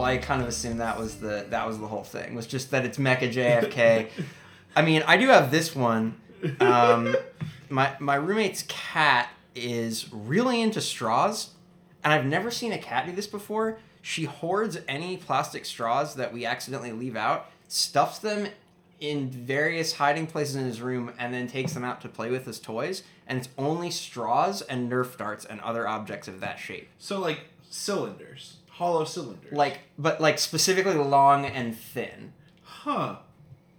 I kind of assumed that was the that was the whole thing. Was just that it's Mecha JFK. I mean, I do have this one. Um, my my roommate's cat is really into straws, and I've never seen a cat do this before. She hoards any plastic straws that we accidentally leave out, stuffs them in various hiding places in his room, and then takes them out to play with as toys. And it's only straws and Nerf darts and other objects of that shape. So like cylinders, hollow cylinders. like but like specifically long and thin huh?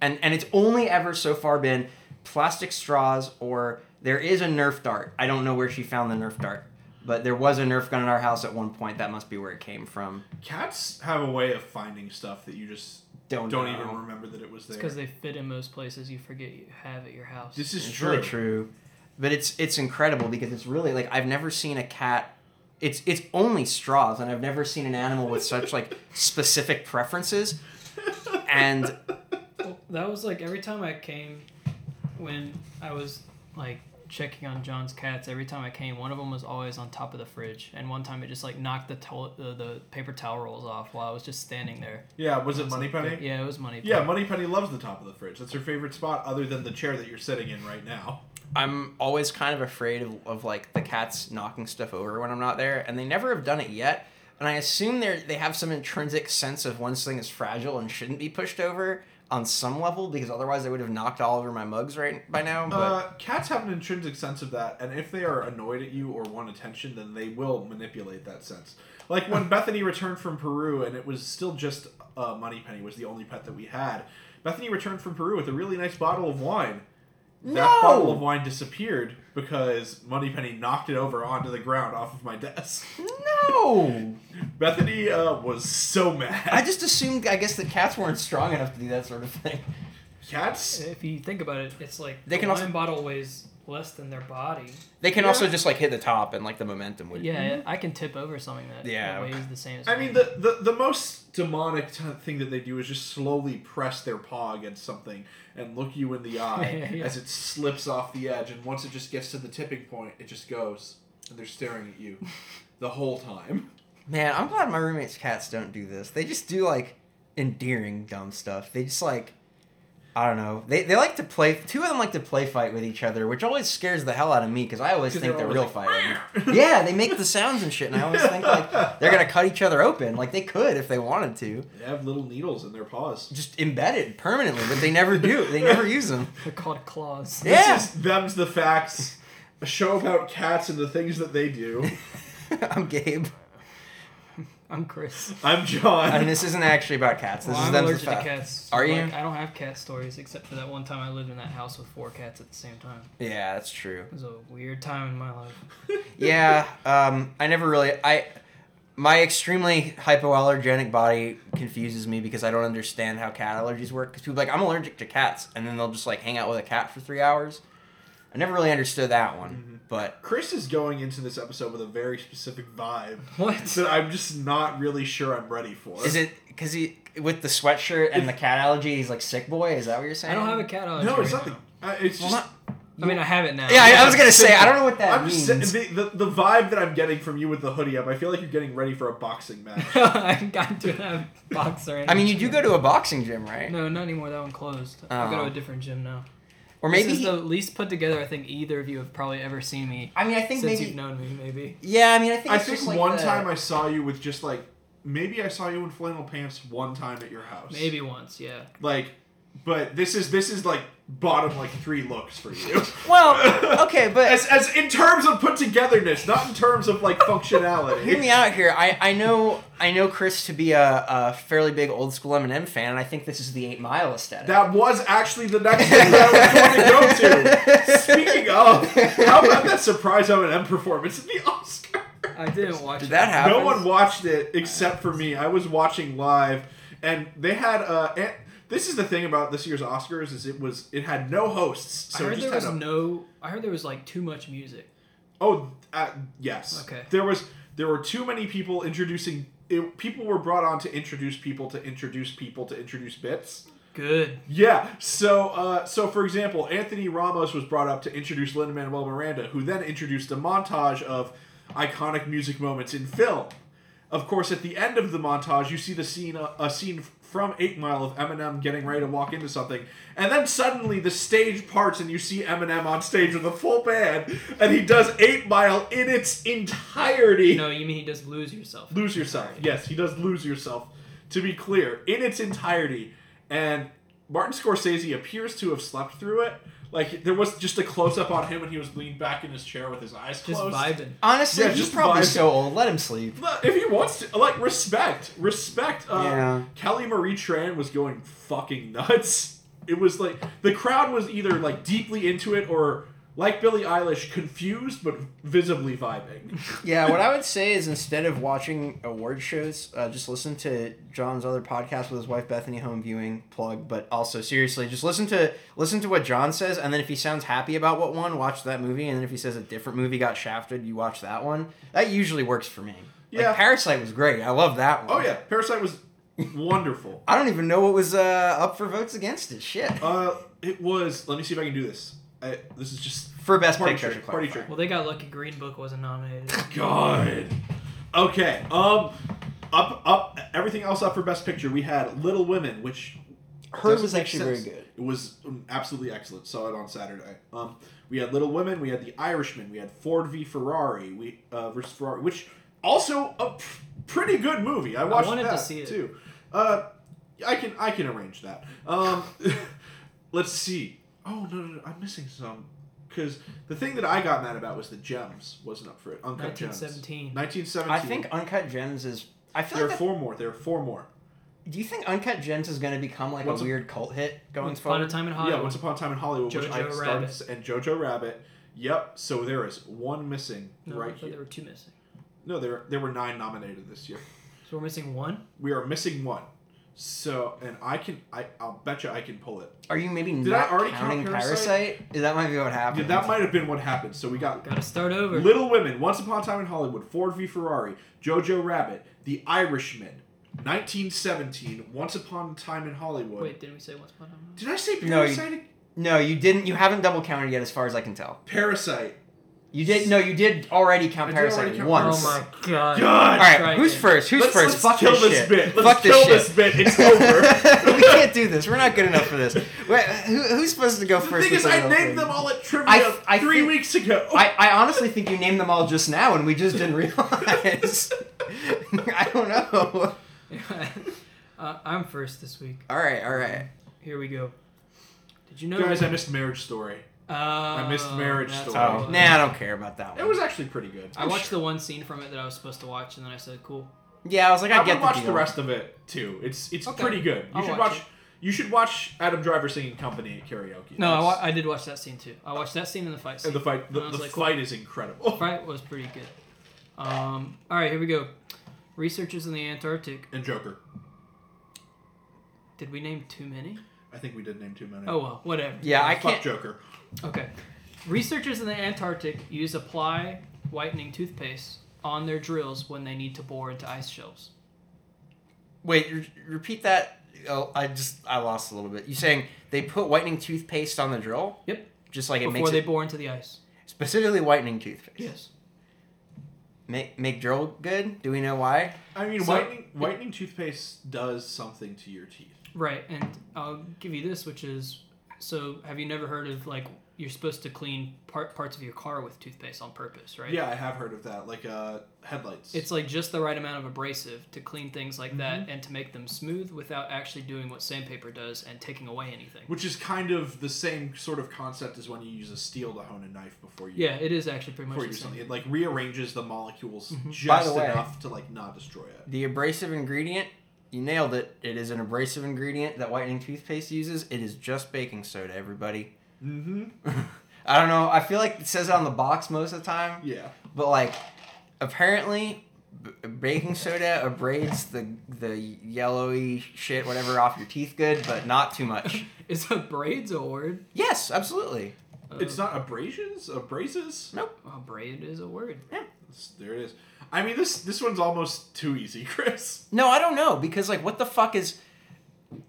and and it's only ever so far been plastic straws or there is a nerf dart i don't know where she found the nerf dart but there was a nerf gun in our house at one point that must be where it came from Cats have a way of finding stuff that you just don't don't, know. even remember that it was there. It's because they fit in most places you forget you have at your house. this is it's true. really true but it's it's incredible because it's really like i've never seen a cat it's it's only straws and i've never seen an animal with such like specific preferences and Well, that was like every time I came, when I was like checking on John's cats, every time I came, one of them was always on top of the fridge, and one time it just like knocked the towel, the, the paper towel rolls off while I was just standing there. Yeah, was it It's like, Moneypenny? Yeah, it was money. Yeah, Moneypenny loves the top of the fridge. That's her favorite spot, other than the chair that you're sitting in right now. I'm always kind of afraid of, of like the cats knocking stuff over when I'm not there, and they never have done it yet. And I assume they they have some intrinsic sense of once thing is fragile and shouldn't be pushed over on some level because otherwise they would have knocked all over my mugs right by now. But Uh, cats have an intrinsic sense of that, and if they are annoyed at you or want attention, then they will manipulate that sense. Like when Bethany returned from Peru, and it was still just uh, Moneypenny was the only pet that we had. Bethany returned from Peru with a really nice bottle of wine. That No! bottle of wine disappeared because Moneypenny knocked it over onto the ground off of my desk. no, Bethany uh, was so mad. I just assumed I guess the cats weren't strong enough to do that sort of thing. Cats If you think about it, it's like They the can wine also- bottle weighs less than their body. Mm-hmm. They can Yeah. also just like hit the top and like the momentum would. Yeah, I can tip over something that, Yeah. that weighs the same as I me. mean, the, the, the most demonic t- thing that they do is just slowly press their paw against something and look you in the eye Yeah. as it slips off the edge. And once it just gets to the tipping point, it just goes. And they're staring at you the whole time. Man, I'm glad my roommates' cats don't do this. They just do like endearing dumb stuff. They just like I don't know. They, they like to play. Two of them like to play fight with each other, which always scares the hell out of me because I always 'Cause think they're, they're real always fighting. yeah, they make the sounds and shit, and I always think like they're gonna cut each other open. Like they could if they wanted to, They have little needles in their paws. just embedded permanently, but they never do. They never use them. They're called claws. Yeah. This is Them's the Facts, a show about cats and the things that they do. I'm Gabe, I'm Chris. I'm John. and this isn't actually about cats. This Well, is I'm them's allergic the to fact. cats. Are you? Like, I don't have cat stories except for that one time I lived in that house with four cats at the same time. Yeah, that's true. It was a weird time in my life. yeah um i never really i my extremely hypoallergenic body confuses me because i don't understand how cat allergies work because people are like i'm allergic to cats and then they'll just like hang out with a cat for three hours i never really understood that one Mm-hmm. but Chris is going into this episode with a very specific vibe What? that I'm just not really sure I'm ready for. is it because he with the sweatshirt and the cat allergy he's like sick boy is that what you're saying I don't have a cat allergy. No, it's right not the. Uh, it's Well, just. not- now. I mean, I have it now. yeah I, I was gonna say i don't know what that I'm means just saying, the, the the vibe that I'm getting from you with the hoodie up. I feel like you're getting ready for a boxing match. I got to have boxer. i mean you do go to a boxing gym right No, not anymore. That one closed. I go to a different gym now. or maybe this is he- the least put together I think either of you have probably ever seen me i mean i think since maybe you've known me. Maybe. yeah i mean i think I it's think just, like, one the- time I saw you with just like maybe I saw you in flannel pants one time at your house. Maybe once. Yeah. like, but this is this is like bottom like three looks for you. well okay but As, as in terms of put togetherness, not in terms of like functionality. Hear me out here. I, I know I know Chris to be a, a fairly big old school Eminem fan, and I think this is the Eight Mile aesthetic. That was actually the next thing that I was going to go to. Speaking of, how about that surprise M performance at the Oscar? I didn't watch. Did it. that happen? No one watched it except for me. I was watching live, and they had uh. An- this is the thing about this year's Oscars is it was it had no hosts, I so it heard just there had was a, no. I heard there was like too much music. oh uh, yes Okay. there was there were too many people introducing it, people were brought on to introduce people to introduce people to introduce bits. Good. Yeah. So, uh, so for example, Anthony Ramos was brought up to introduce Lin Manuel Miranda, who then introduced a montage of iconic music moments in film. Of course, at the end of the montage, you see the scene uh, a scene from Eight Mile of Eminem getting ready to walk into something, and then suddenly the stage parts and you see Eminem on stage with a full band, and he does Eight Mile in its entirety. No, you mean he does lose yourself. Lose Yourself. Yes, he does Lose Yourself, to be clear, in its entirety. And Martin Scorsese appears to have slept through it. Like, there was just a close up on him and he was leaned back in his chair with his eyes Just closed. vibing. Honestly, Yeah, he's just probably vibe. so old. Let him sleep. But If he wants to, like, respect. Respect. Uh, Yeah. Kelly Marie Tran was going fucking nuts. It was like, the crowd was either, like, deeply into it or, like Billie Eilish, confused but visibly vibing. Yeah, what I would say is instead of watching award shows, uh, just listen to John's other podcast with his wife Bethany Home Viewing plug. But also seriously, just listen to listen to what John says, and then if he sounds happy about what one, watch that movie, and then if he says a different movie got shafted, you watch that one. That usually works for me. Yeah. like, Parasite was great. I love that Oh, one. yeah. Parasite was wonderful. I don't even know what was uh, up for votes against it. Shit. Uh, it was. Let me see if I can do this. I, this is just for best party picture. trick. to Party clarify. trick. Well, they got lucky. Green Book wasn't nominated. God. Okay. Um, up, up. Everything else up for best picture. We had Little Women, which Hers doesn't was make actually sense. very good. It was um, absolutely excellent. Saw it on Saturday. Um, we had Little Women. We had The Irishman. We had Ford v Ferrari. We uh, versus Ferrari, which also a p- pretty good movie. I watched wanted to that see it. too. Uh, I can I can arrange that. Um, let's see. Oh no, no, no I'm missing some. Because the thing that I got mad about was the gems wasn't up for it. Uncut gems. 1917. 1917. I think Uncut Gems is. I feel there are like that- four more. There are four more. Do you think Uncut Gems is going to become like Once a a- weird cult hit going Upon a forward? time in Yeah, Hollywood. Once Upon a Time in Hollywood, which I Jojo started, Rabbit. and Jojo Rabbit. Yep. So there is one missing no, I right thought here. there were two missing. No, there there were nine nominated this year. So we're missing one. We are missing one. So and I can I I'll bet you I can pull it. Are you maybe Did not I already counting count Parasite? Parasite? Is That might be what Yeah, happened. that might have been what happened. So we got Got to start over. Little Women, Once Upon a Time in Hollywood, Ford v Ferrari, Jojo Rabbit, The Irishman, 1917, Once Upon a Time in Hollywood. Wait, didn't we say Once Upon a Time? in Hollywood? Did I say No, you- Parasite? No, you didn't. You haven't double counted yet, as far as I can tell. Parasite. You did. No, you did already count I did Parasite already count once. Oh my god. All God. right, Tried who's it. first? Who's let's, 1st let's Fuck kill this, this shit. bit. Let's Fuck this kill shit. this bit. It's over. we can't do this. We're not good enough for this. Wait, who, who's supposed to go the first? thing is, with I that named opening? them all at trivia I- I three think- weeks ago. I, I honestly think you named them all just now, and we just didn't realize. I don't know. uh, I'm first this week. All right, all right. Here we go. Did you know? Guys, I missed Marriage Story. Oh, I missed Marriage Story. Oh, Oh. nah, I don't care about that one. It was actually pretty good. I watched the one scene from it that I was supposed to watch, and then I said, "Cool." Yeah, I was like, I, I, get would watch deal. the rest of it too. It's it's Okay. pretty good. You I'll should watch watch. it. You should watch Adam Driver singing "Company" at karaoke. No, I, wa- That's- I did watch that scene too. I watched that scene in the fight scene. and the fight. The, I was the like, fight is incredible. Fight was pretty good. Um, all right, here we go. Researchers in the Antarctic. And Joker. Did we name too many? I think we did name two men. Oh well, whatever. Yeah, I fuck can't. Joker. Okay. Researchers in the Antarctic use apply whitening toothpaste on their drills when they need to bore into ice shelves. Wait, re- repeat that. Oh, I just I lost a little bit. You saying they put whitening toothpaste on the drill, Yep. just like it Before makes they it bore into the ice. specifically whitening toothpaste. Yes. Make make drill good. Do we know why? I mean, So- whitening whitening toothpaste does something to your teeth. Right, and I'll give you this, which is so. Have you never heard of like you're supposed to clean part parts of your car with toothpaste on purpose, right? Yeah, I have heard of that. Like uh, headlights. It's like just the right amount of abrasive to clean things like Mm-hmm. that and to make them smooth without actually doing what sandpaper does and taking away anything. which is kind of the same sort of concept as when you use a steel to hone a knife before you Yeah, it is actually pretty much before you the do something. same. It like rearranges the molecules By just the way- enough to like not destroy it. The abrasive ingredient. You nailed it. It is an abrasive ingredient that whitening toothpaste uses. It is just baking soda, everybody. Mm-hmm. I don't know. I feel like it says it on the box most of the time. Yeah. But like, apparently, b- baking soda abrades the the yellowy shit, whatever, off your teeth good, but not too much. Is a braids a word? yes, absolutely. Uh, It's not abrasions, abrases. Nope. a braid is a word. It's- There it is. I mean, this this one's almost too easy, Chris. No, I don't know because like, what the fuck is,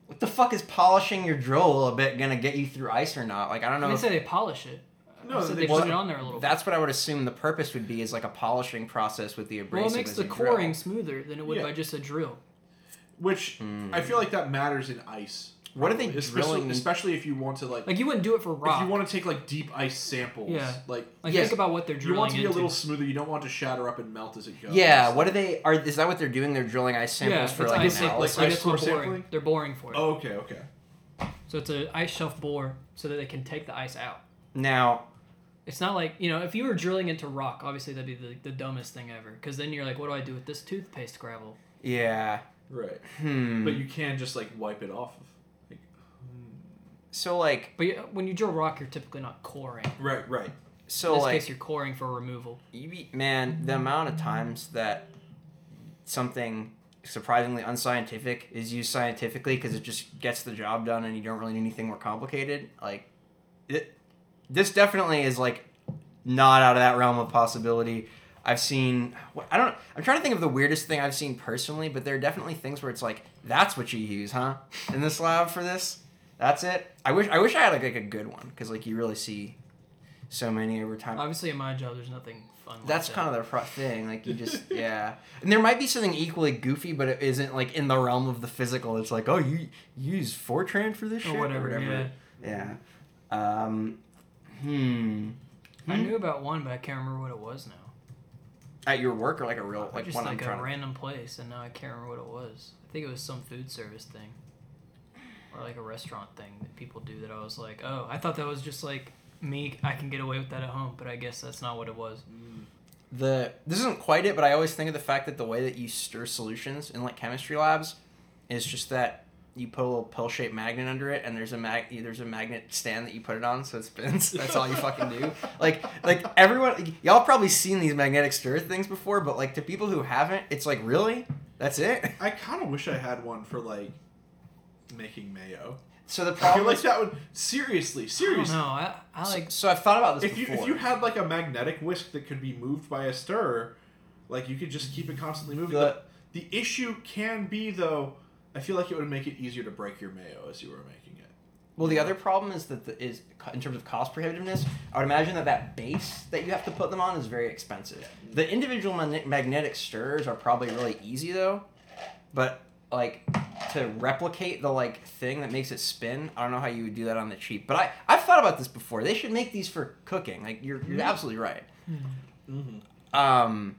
what the fuck is polishing your drill a bit gonna get you through ice or not? Like, I don't I know. didn't If, say they polish it. No, Uh, so they they just- put it on there a little. bit. That's what I would assume the purpose would be is like a polishing process with the abrasive. Well, it makes as the you coring drill. smoother than it would Yeah. by just a drill. Which I feel like that matters in ice. What are they Especially- drilling? Especially if you want to like, Like you wouldn't do it for rock. if you want to take like deep ice samples. Yeah. Like like Yes. think about what they're you drilling want to be a into. little smoother. You don't want to shatter up and melt as it goes. Yeah, what are they? Are is that what they're doing? They're drilling ice yeah, samples it's for like ice analysis. samples. like Like, it's ice core boring. sampling? They're boring for it. Oh, okay. Okay. So it's an ice shelf bore, so that they can take the ice out. Now, It's not like you know, if you were drilling into rock, obviously that'd be the, the dumbest thing ever. Because then you're like, what do I do with this toothpaste gravel? yeah. Right. Hmm. But you can just like wipe it off. Like, so like But you, when you drill rock, you're typically not coring. right. Right. so In this like case, you're coring for removal. you be, E man, the amount of times that something surprisingly unscientific is used scientifically because it just gets the job done and you don't really need anything more complicated. Like, it, this definitely is like not out of that realm of possibility. I've seen, what- I don't, I'm trying to think of the weirdest thing I've seen personally, but there are definitely things where it's like, that's what you use, huh? In this lab for this? That's it. I wish, I wish I had like, a good one because like you really see so many over time. Obviously, in my job, there's nothing fun. like That's that. kind of the fr- thing. Like you just yeah, and there might be something equally goofy, but it isn't like in the realm of the physical. It's like oh, you, you use Fortran for this shit or whatever. Yeah. Yeah. Um, hmm. I Hmm? knew about one, but I can't remember what it was now. At your work or like a real Like like just one I'm like trying a to- random place, and now I can't remember what it was. I think it was some food service thing, or like a restaurant thing that people do. That I was like, oh, I thought that was just like me. I can get away with that at home, but I guess that's not what it was. the this isn't quite it, but I always think of the fact that the way that you stir solutions in like chemistry labs is just that you put a little pill shaped magnet under it, and there's a mag there's a magnet stand that you put it on, so it spins. That's all you fucking do. Like like everyone, y'all probably seen these magnetic stir things before, but like to people who haven't, it's like really that's it. I kind of wish I had one for like making mayo. So the I feel problem like is, that would seriously, I don't Oh, seriously. know. I, I like so I've thought about this If you before. if you had like a magnetic whisk that could be moved by a stirrer, like you could just keep it constantly moving. The- The, the issue can be though, I feel like it would make it easier to break your mayo as you were making it. Well, the other problem is that the, is in terms of cost prohibitiveness. I would imagine that that base that you have to put them on is very expensive. The individual magne- magnetic stirrers are probably really easy though, but like to replicate the like thing that makes it spin, I don't know how you would do that on the cheap. But I I've thought about this before. They should make these for cooking. Like you're you're absolutely right. Mm-hmm. Um,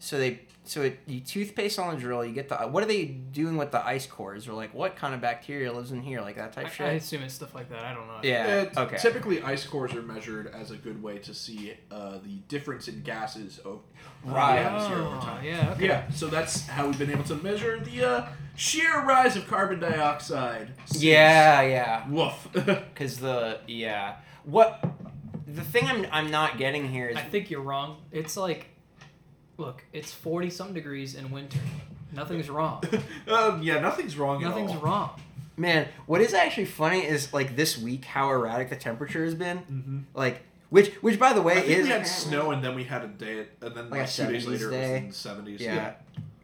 so they so it, you toothpaste on the drill. You get the what are they doing with the ice cores or like what kind of bacteria lives in here like that I, type I shit. assume it's stuff like that. I don't know. Uh, yeah. okay. Typically, ice cores are measured as a good way to see uh, the difference in gases over Right. the atmosphere over Oh, time. yeah, okay. Yeah. So that's how we've been able to measure the uh, sheer rise of carbon dioxide. since- Yeah, yeah. Woof. Cause the yeah. What the thing I'm I'm not getting here is I think you're wrong. It's like, look, it's forty some degrees in winter. Nothing's wrong. um, yeah. Nothing's wrong. Nothing's at all. wrong. man, what is actually funny is like this week how erratic the temperature has been. Mhm. Like which which by the way I think is we had snow, and then we had a day, and then Like like, a two days 70s later, day. it was in the seventies. yeah.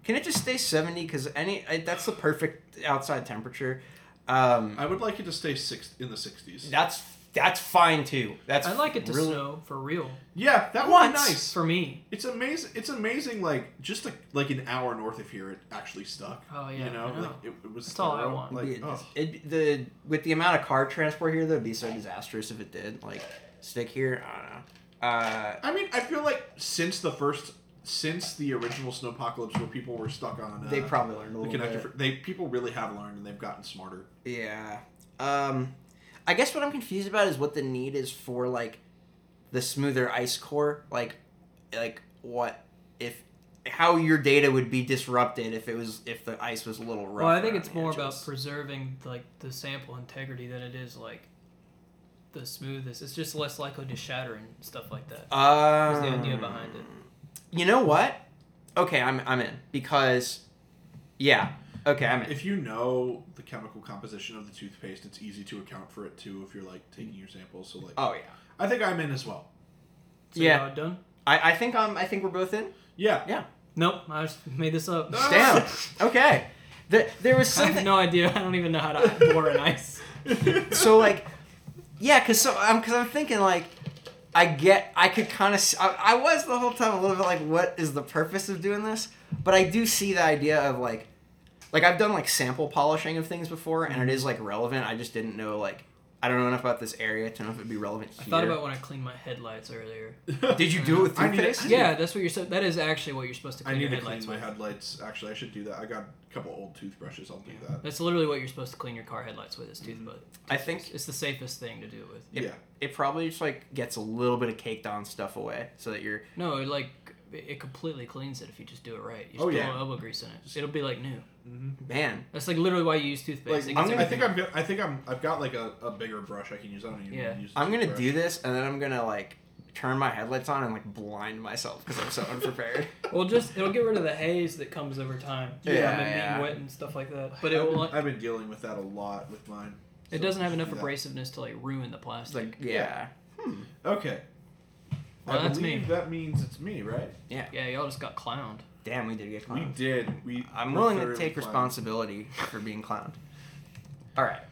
Can it just stay 70 cuz any I, that's the perfect outside temperature. Um I would like it to stay six in the sixties. that's that's fine too. That's I'd like it to really- snow for real. Yeah, that would Once. be nice. For me, It's amazing. It's amazing. Like just a, like an hour north of here, it actually stuck. Oh, yeah, You know, I know. like it, it was. That's all I thorough, want. Like, It'd be- oh. it'd- the with the amount of car transport here, that'd be so disastrous if it did. Like stick here, I don't know. Uh, I mean, I feel like since the first, since the original snowpocalypse, where people were stuck on, uh, they probably learned a the little connector, bit. fr- they people really have learned and they've gotten smarter. Yeah. Um, I guess what I'm confused about is what the need is for like the smoother ice core. Like, like what if how your data would be disrupted if it was if the ice was a little rough. well, I think around it's the more about edges. preserving like the sample integrity than it is like the smoothness. It's just less likely to shatter and stuff like that. Um, the idea behind it. You know what? Okay, I'm I'm in because yeah. Okay, I'm in. If you know the chemical composition of the toothpaste, it's easy to account for it too. If you're like taking your samples, so like, oh yeah. I think I'm in as well. So Yeah. y'all done? I, I think I'm I think we're both in. Yeah, Nope, I just made this up. No. Damn. okay. There, there was Ah. I have something no idea. I don't even know how to bore an ice. so like yeah because so um, i'm because i'm thinking like I get, I could kind of, I, I was the whole time a little bit like, what is the purpose of doing this? But I do see the idea of like, like I've done like sample polishing of things before, and it is like relevant. I just didn't know like, I don't know enough about this area to know if it'd be relevant I here. thought about when I cleaned my headlights earlier. Did you do it with I toothpaste? need to- I need Yeah, that's what you're. So, that is actually what you're supposed to I clean need your to clean headlights my with. headlights. Actually, I should do that. I got a couple old toothbrushes. I'll do that. That's literally what you're supposed to clean your car headlights with. Is toothpaste. I think It's the safest thing to do it with. Yep. Yeah. it probably just like gets a little bit of caked on stuff away, so that you're. No, it like it completely cleans it if you just do it right. You just Oh, put a yeah. little elbow grease in it. It'll be like new. Man, That's like literally why you use toothpaste. Like, It I'm gonna, gets I everything think I'm. Go- I think I'm. I've got like a, a bigger brush I can use. I don't even Yeah. use. a I'm gonna toothbrush. do this, and then I'm gonna like turn my headlights on and like blind myself because I'm so unprepared. Well, just it'll get rid of the haze that comes over time. Yeah, from it yeah. being wet and stuff like that. But I've it will. been- I've been dealing with that a lot with mine. it So doesn't have just do enough that. abrasiveness to like ruin the It's plastic. like yeah, Okay. Well, I that's believe me. That means it's me, right? yeah, y'all just got clowned. damn, we did get We clowned. did. We. I'm we're willing to thoroughly take clowned. responsibility for being clowned. All right,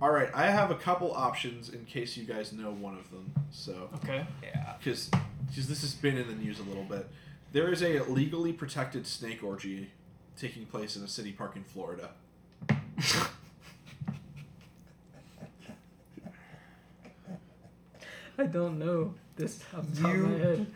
All right, I have a couple options in case you guys know one of them. So, Okay. yeah. because this has been in the news a little bit, there is a legally protected snake orgy taking place in a city park in Florida. I don't know this off the top of my head,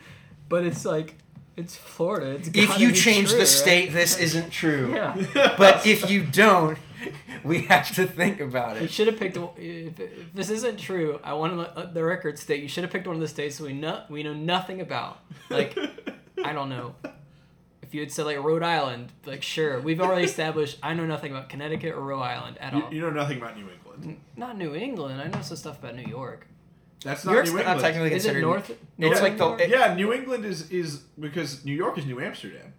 but it's like it's Florida. It's If gotta you be change true, the right? state, this isn't true. Yeah. But if you don't, we have to think about You it. should have picked. a- If, if this isn't true, I want to let the record state you should have picked one of the states we know we know nothing about. Like I don't know. If you had said like Rhode Island, like sure, we've already established I know nothing about Connecticut or Rhode Island at you, all. you know nothing about New England. Not New England. I know some stuff about New York. That's New not York's New not England. technically Is it considered. North? it's North like the- New York? it- yeah, New England is is because New York is New Amsterdam.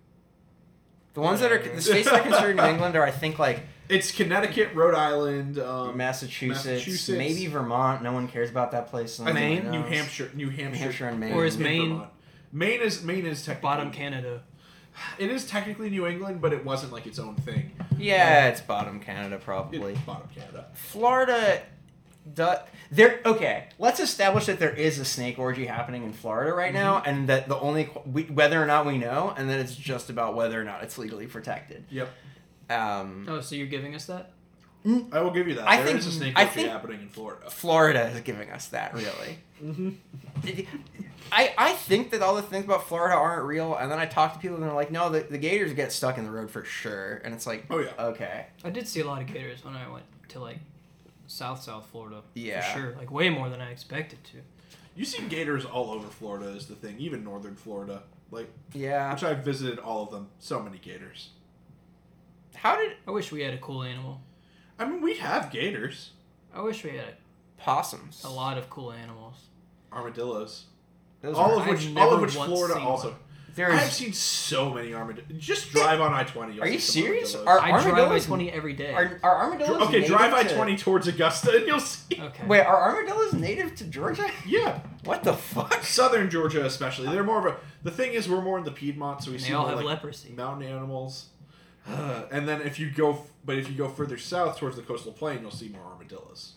The ones that are the states that are considered New England are, I think, like It's Connecticut, Rhode Island, um, Massachusetts, Massachusetts. maybe Vermont. No one cares about that place. I think Nobody New knows. Hampshire, New Hampshire, Hampshire and Maine. Or is Maine- Vermont. Maine is Maine is technically bottom Canada. It is technically New England, but it wasn't like its own thing. Yeah, it's bottom Canada It's probably. bottom Canada. Florida, do, there. Okay, let's establish that there is a snake orgy happening in Florida right Mm-hmm. now, and that the only qu- we, whether or not we know, and then it's just about whether or not it's legally protected. Yep. Um, Oh, so you're giving us that? I will give you that. I There think- is a snake I orgy think- happening in Florida. Mm-hmm. Florida is giving us that really. I, I think that all the things about Florida aren't real, and then I talk to people and they're like, no, the, the gators get stuck in the road for sure. And it's like, Oh yeah. okay. I did see a lot of gators when I went to like South South Florida. Yeah. For sure. Like way more than I expected to. You see gators all over Florida is the thing, even northern Florida. Like Yeah. which I've visited all of them. So many gators. How did I wish we had a cool animal. I mean we have gators. I wish we had possums? a lot of cool animals. Armadillos. Those all are- of I've which all never of which once Florida seen also. one. I've there's. seen so many armadillos. Just drive on I twenty. Are you serious? Armadillos. Are I drive I armadillos? twenty every day. Are, are armadillos? okay, native drive I to- twenty towards Augusta and you'll see. okay. Wait, are armadillos native to Georgia? Yeah, What the fuck? southern Georgia especially. They're more of a. The thing is, we're more in the Piedmont, so we And see they all more, have like, leprosy. mountain animals. Uh, and then if you go, f- but if you go further south towards the coastal plain, you'll see more armadillos.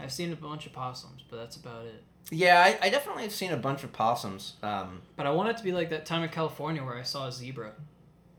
I've seen a bunch of possums, but that's about it. Yeah, I, I definitely have seen a bunch of possums. Um, But I want it to be like that time in California where I saw a zebra.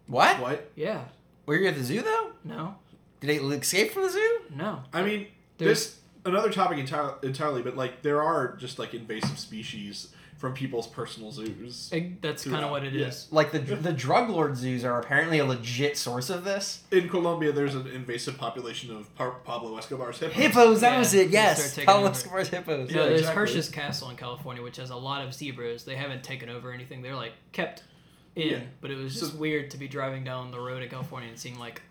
what? What? Yeah. Were you at the zoo though? No. Did they escape from the zoo? No. I mean, There's- this another topic entirely, entirely, but like there are just like invasive species from people's personal zoos. Eg- that's Throughout. kind of what it Yeah. is. Like the the drug lord zoos are apparently a legit source of this. In Colombia, there's an invasive population of pa- Pablo Escobar's hippos. Hippos, that Yeah, was it. they start Yes, taking Pablo over. Escobar's hippos. Yeah, no, there's exactly. Hirsch's Castle in California, which has a lot of zebras. They haven't taken over anything. They're like kept in, Yeah. but it was So- just weird to be driving down the road in California and seeing like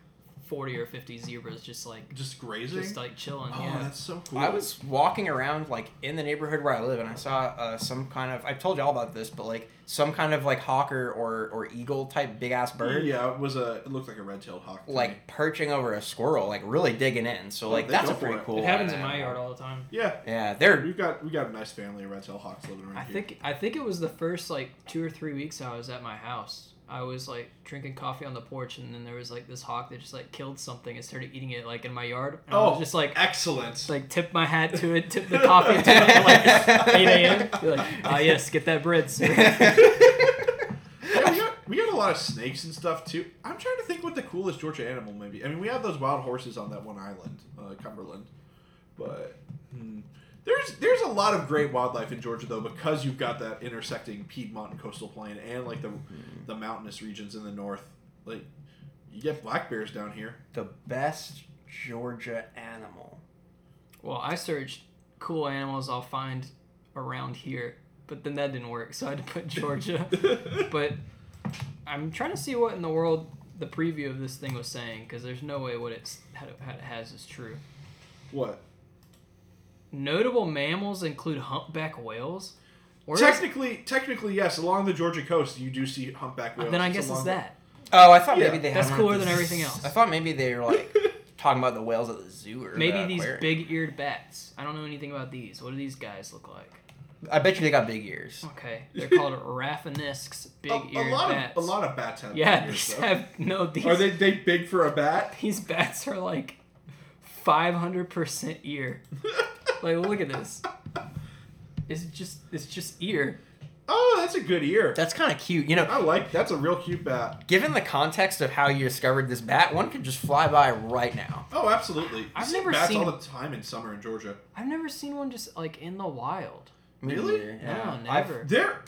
40 or 50 zebras just like Just grazing. just like chilling. oh, yeah. that's so cool. I was walking around like in the neighborhood where I live, and I saw uh, some kind of. I told y'all about this, but like some kind of like hawker or or eagle type big ass bird, Yeah, it was a. It looked like a red-tailed hawk. to me. like perching over a squirrel, like really digging in. So like they that's a go for pretty it. cool. it happens in my animal. yard all the time. yeah, Yeah, they're We've got we got a nice family of red tail hawks living around I here. think I think it was the first like two or three weeks I was at my house. I I was like drinking coffee on the porch, and then there was like this hawk that just like killed something and started eating it like in my yard. And I Oh, was just like excellent. just, like tipped my hat to it, tipped the coffee to it at like 8 a.m. Be like, ah yes, get that bread. sir." Yeah, we, got, we got a lot of snakes and stuff too. I'm trying to think what the coolest Georgia animal may be. I mean, we have those wild horses on that one island, uh, Cumberland, but hmm, there's there's a lot of great wildlife in Georgia though because you've got that intersecting Piedmont and coastal plain and like the Hmm. the mountainous regions in the north. Like you get black bears down here. the best Georgia animal. well, I searched cool animals I'll find around here, but then that didn't work, so I had to put Georgia. but I'm trying to see what in the world the preview of this thing was saying because there's no way what it's had it, had it has is true. what? Notable mammals include humpback whales. Where is- Technically, technically yes. Along the Georgia coast, you do see humpback whales. Ah, then I It's guess it's along that. Oh, I thought Yeah, maybe they that's had one at cooler the than everything z- else. I thought maybe they were like talking about the whales at the zoo or Maybe the these aquarium. big-eared bats. I don't know anything about these. What do these guys look like? I bet you they got big ears. Okay, they're called Raphanisks, A- big-eared a, lot bats. of a lot of bats have yeah, big ears, these though. have no. These Are they they big for a bat? these bats are like 500 percent ear. Like, look at this. It's just it's just ear. Oh, that's a good ear. That's kind of cute. You know, I like that's a real cute bat. given the context of how you discovered this bat, one could just fly by right now. Oh, absolutely. I've You see never bats seen- all the time in summer in Georgia. I've never seen one just like in the wild. Me Really? neither, No, I- never. They're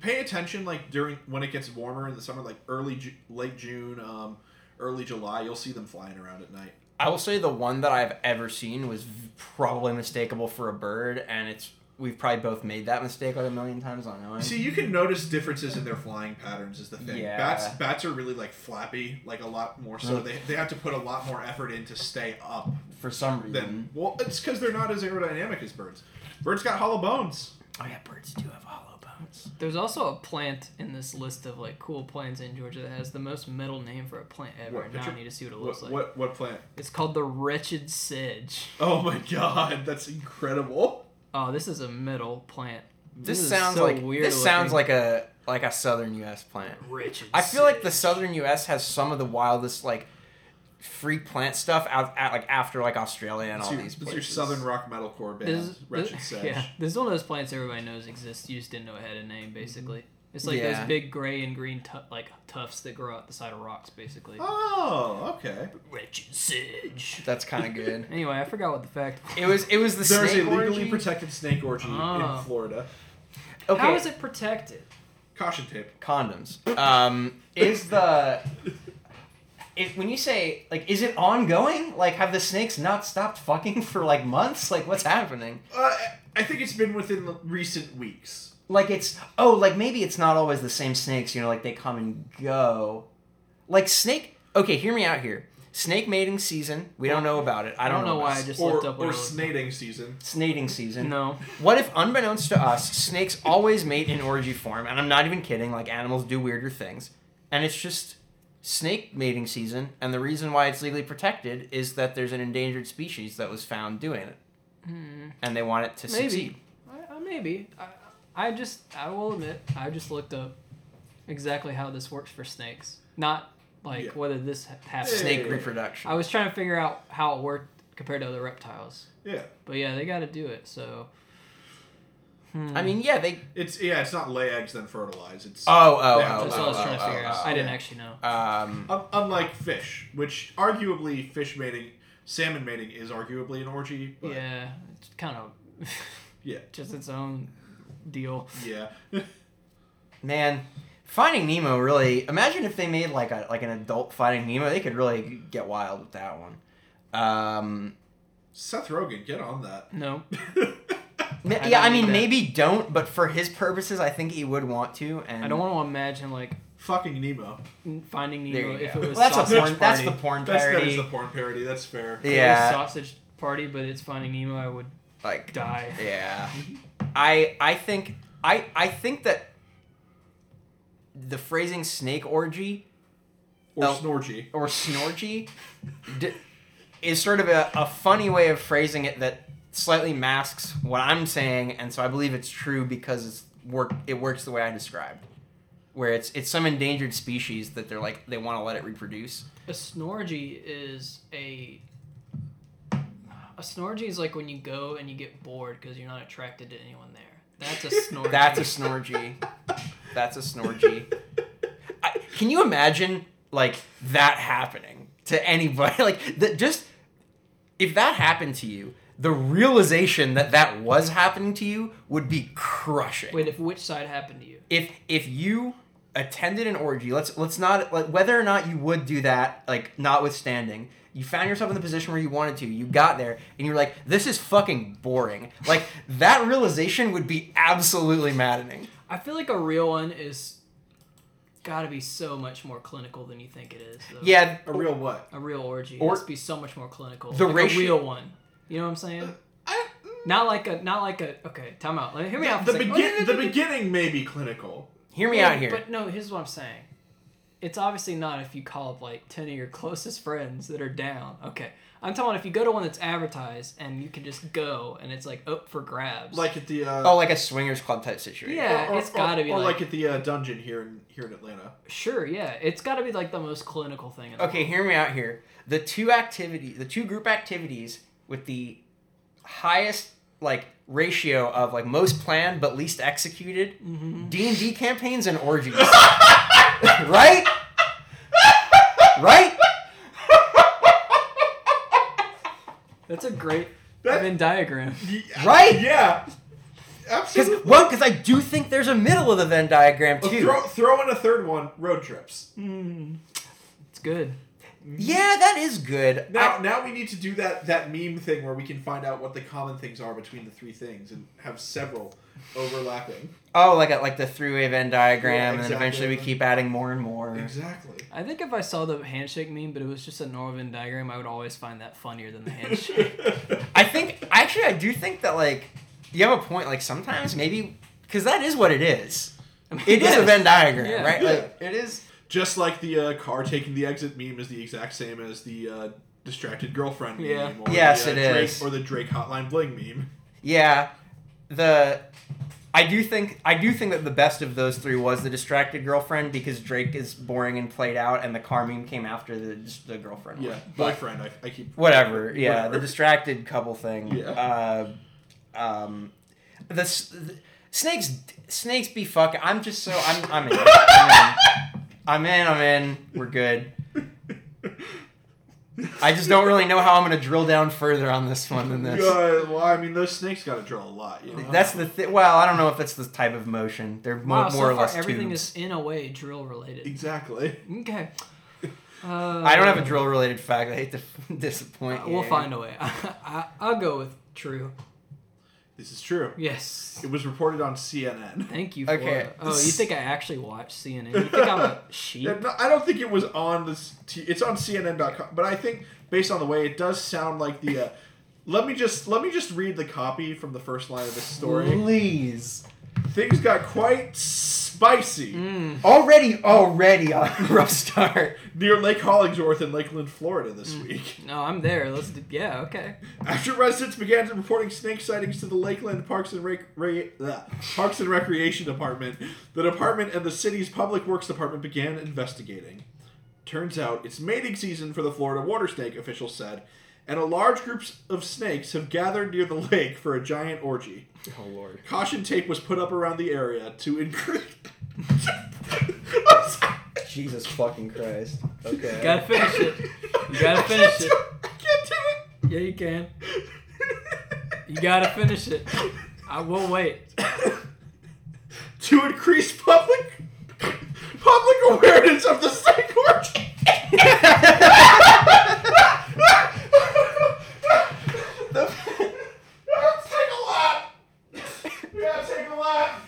pay attention like during when it gets warmer in the summer, like early Ju- late June, um, early July. You'll see them flying around at night. I will say the one that I've ever seen was v- probably mistakable for a bird, and it's we've probably both made that mistake like a million times on knowing. See, you can notice differences in their flying patterns is the thing. Yeah. Bats bats are really like flappy, like a lot more. So Ugh. they, they have to put a lot more effort in to stay up for some reason. than well, it's because they're not as aerodynamic as birds. Birds got hollow bones. Oh yeah, birds do have hollow bones. There's also a plant in this list of like cool plants in Georgia that has the most metal name for a plant ever. What, and now I picture- need to see what it looks What, like. what what plant? It's called the wretched sedge. Oh my god, that's incredible. Oh, this is a metal plant. This, is sounds so like weird this sounds looking. like a like a southern U.S. plant. Richard. I feel like the southern U.S. has some of the wildest like free plant stuff out at like after like Australia and It's all your, these it's places. your southern rock metalcore band, This, Wretched this, Sedge. yeah, this is one of those plants everybody knows exists. You just didn't know it had a Mm-hmm. name, basically. It's like Yeah. those big gray and green tu- like tufts that grow out the side of rocks, basically. Oh, okay. Wretched sedge. That's kind of good. Anyway, I forgot what the fact. It was it was the There's a snake legally orgy? protected snake orgy Ah. in Florida. okay. How is it protected? Caution tape. condoms. Um, is the it, when you say like is it ongoing? Like have the snakes not stopped fucking for like months? Like what's happening? Uh, I think it's been within the recent weeks. Like it's oh like maybe it's not always the same snakes. You know like they come and go. Like snake. Okay, hear me out here. Snake mating season. We don't know about it. I don't, don't know why about I just Or, looked up what or it was. snating season. snating season. No. What if, unbeknownst to us, snakes always mate in orgy form? And I'm not even kidding, like, animals do weirder things. And it's just snake mating season, and the reason why it's legally protected is that there's an endangered species that was found doing it. And they want it to Hmm. Maybe. succeed. I, I, maybe. I, I just. I will admit. I just looked up exactly how this works for snakes. Not like Yeah. whether this ha- happens. Snake Yeah. reproduction. I was trying to figure out how it worked compared to other reptiles. Yeah. But yeah, they got to do it. So. Hmm. I mean, yeah, they. It's yeah. It's not lay eggs then fertilize. It's Oh, oh, Yeah, oh. That's oh, what I was oh, trying to oh, figure oh, out. oh. I didn't actually know. Um, un- unlike fish, which arguably fish mating, salmon mating is arguably an orgy. But Yeah, it's kind of. Yeah. Just its own deal. Yeah. man. Finding Nemo really. Imagine if they made like a like an adult Finding Nemo, they could really get wild with that one. Um, Seth Rogen, get on that. No. Ma- I yeah, don't I mean, need that. maybe don't, but for his purposes, I think he would want to. And I don't want to imagine like Fucking Nemo. finding There Nemo you if go. it was Well, that's a sausage porn. That's the party. porn That's, that is parody. the porn parody. That's fair. If it was yeah, sausage party, but it's finding Nemo. I would like die. yeah. I I think I I think that the phrasing "snake orgy" Or Oh. snorgy. or "snorgy" d- is sort of a, a funny way of phrasing it that slightly masks what I'm saying, and so I believe it's true because it's work. It works the way I described. where it's it's some endangered species that they're like they want to let it reproduce. A snorgy is a. A snorgy is like when you go and you get bored because you're not attracted to anyone there. That's a snorgy. That's a snorgy. That's a snorgy. I, can you imagine like that happening to anybody? Like that just if that happened to you, the realization that that was happening to you would be crushing. Wait, if which side happened to you? if if you attended an orgy, let's let's not like whether or not you would do that, like notwithstanding, you found yourself in the position where you wanted to. You got there and you're like, this is fucking boring. Like that realization would be absolutely maddening. I feel like a real one is got to be so much more clinical than you think it is. though. Yeah, A real what? A real orgy Or- must be so much more clinical. The like ratio- a real one. You know what I'm saying? I, Not like a not like a okay. Time out. Let me hear me out. the for a oh, second. begin, the beginning may be clinical. hear me Yeah, out here. But no, here's what I'm saying. It's obviously not if you call up like ten of your closest friends that are down. Okay, I'm talking about if you go to one that's advertised and you can just go and it's like up for grabs. Like at the uh, oh, like a swingers club type situation. yeah, it's gotta be or like, like, at the uh, dungeon here in here in Atlanta. sure, yeah, it's gotta be like the most clinical thing. In the Okay, world. hear me out here. The two activity, the two group activities with the highest like ratio of like most planned but least executed D&D campaigns and orgies. right? Right? that's a great That- Venn diagram. Right? Yeah. Cuz Absolutely. well, cuz I do think there's a middle of the Venn diagram Well, too. throw, throw in a third one: road trips. Mm. It's good. yeah, that is good. Now, I- now we need to do that that meme thing where we can find out what the common things are between the three things and have several overlapping. oh, like a, like the three-way Venn diagram Yeah, and then eventually we exactly. keep adding more and more. Exactly. I think if I saw the handshake meme, but it was just a normal Venn diagram, I would always find that funnier than the handshake. I think actually I do think that like you have a point. Like sometimes maybe because that is what it is. I mean, It is a yes. Venn diagram, Yeah. right? Yeah. Like it is. Just like the uh, car taking the exit meme is the exact same as the uh, distracted girlfriend Yeah. meme. Or Yes, the, uh, it Drake, is. Or the Drake hotline bling meme. Yeah, the I do think I do think that the best of those three was the distracted girlfriend because Drake is boring and played out, and the car meme came after the the girlfriend. one. Yeah, but boyfriend. I, I keep whatever. Yeah, the Whatever. distracted couple thing. Yeah. Uh, um, the, s- the snakes snakes be fucking. I'm just so I'm I'm in. I'm in. I'm in. I'm in. We're good. I just don't really know how I'm gonna drill down further on this one than this. Yeah, well, I mean, those snakes gotta drill a lot. You know? That's the thi- well. I don't know if that's the type of motion. They're mo- Wow, so more or far less everything tubes. is in a way drill related. exactly. Okay. Uh, I don't have a drill related fact. I hate to disappoint. you. We'll find a way. I, I'll go with true. This is true. Yes. It was reported on CNN. Thank you. For Okay. Oh, you think I actually watch CNN? You think I'm a sheep? Yeah, no, I don't think it was on this. T- it's on CNN.com, but I think based on the way it does sound like the. Uh, let me just let me just read the copy from the first line of this story. Please. Things got quite spicy Mm. Already, already on a rough start. near Lake Hollingsworth in Lakeland, Florida, this week. No, I'm there. Let's. Do, yeah. Okay. After residents began reporting snake sightings to the Lakeland Parks and, Rec- Re- uh, Parks and Recreation Department, the department and the city's Public Works Department began investigating. Turns out it's mating season for the Florida water snake, officials said, and a large group of snakes have gathered near the lake for a giant orgy. Oh lord. Caution tape was put up around the area to increase. Jesus fucking Christ. Okay. Gotta finish it. You gotta finish it. I can't do Yeah, you can. it. You gotta finish it. I will wait. to increase public public awareness of the snake orgy. That's take a lap. We gotta take a lap.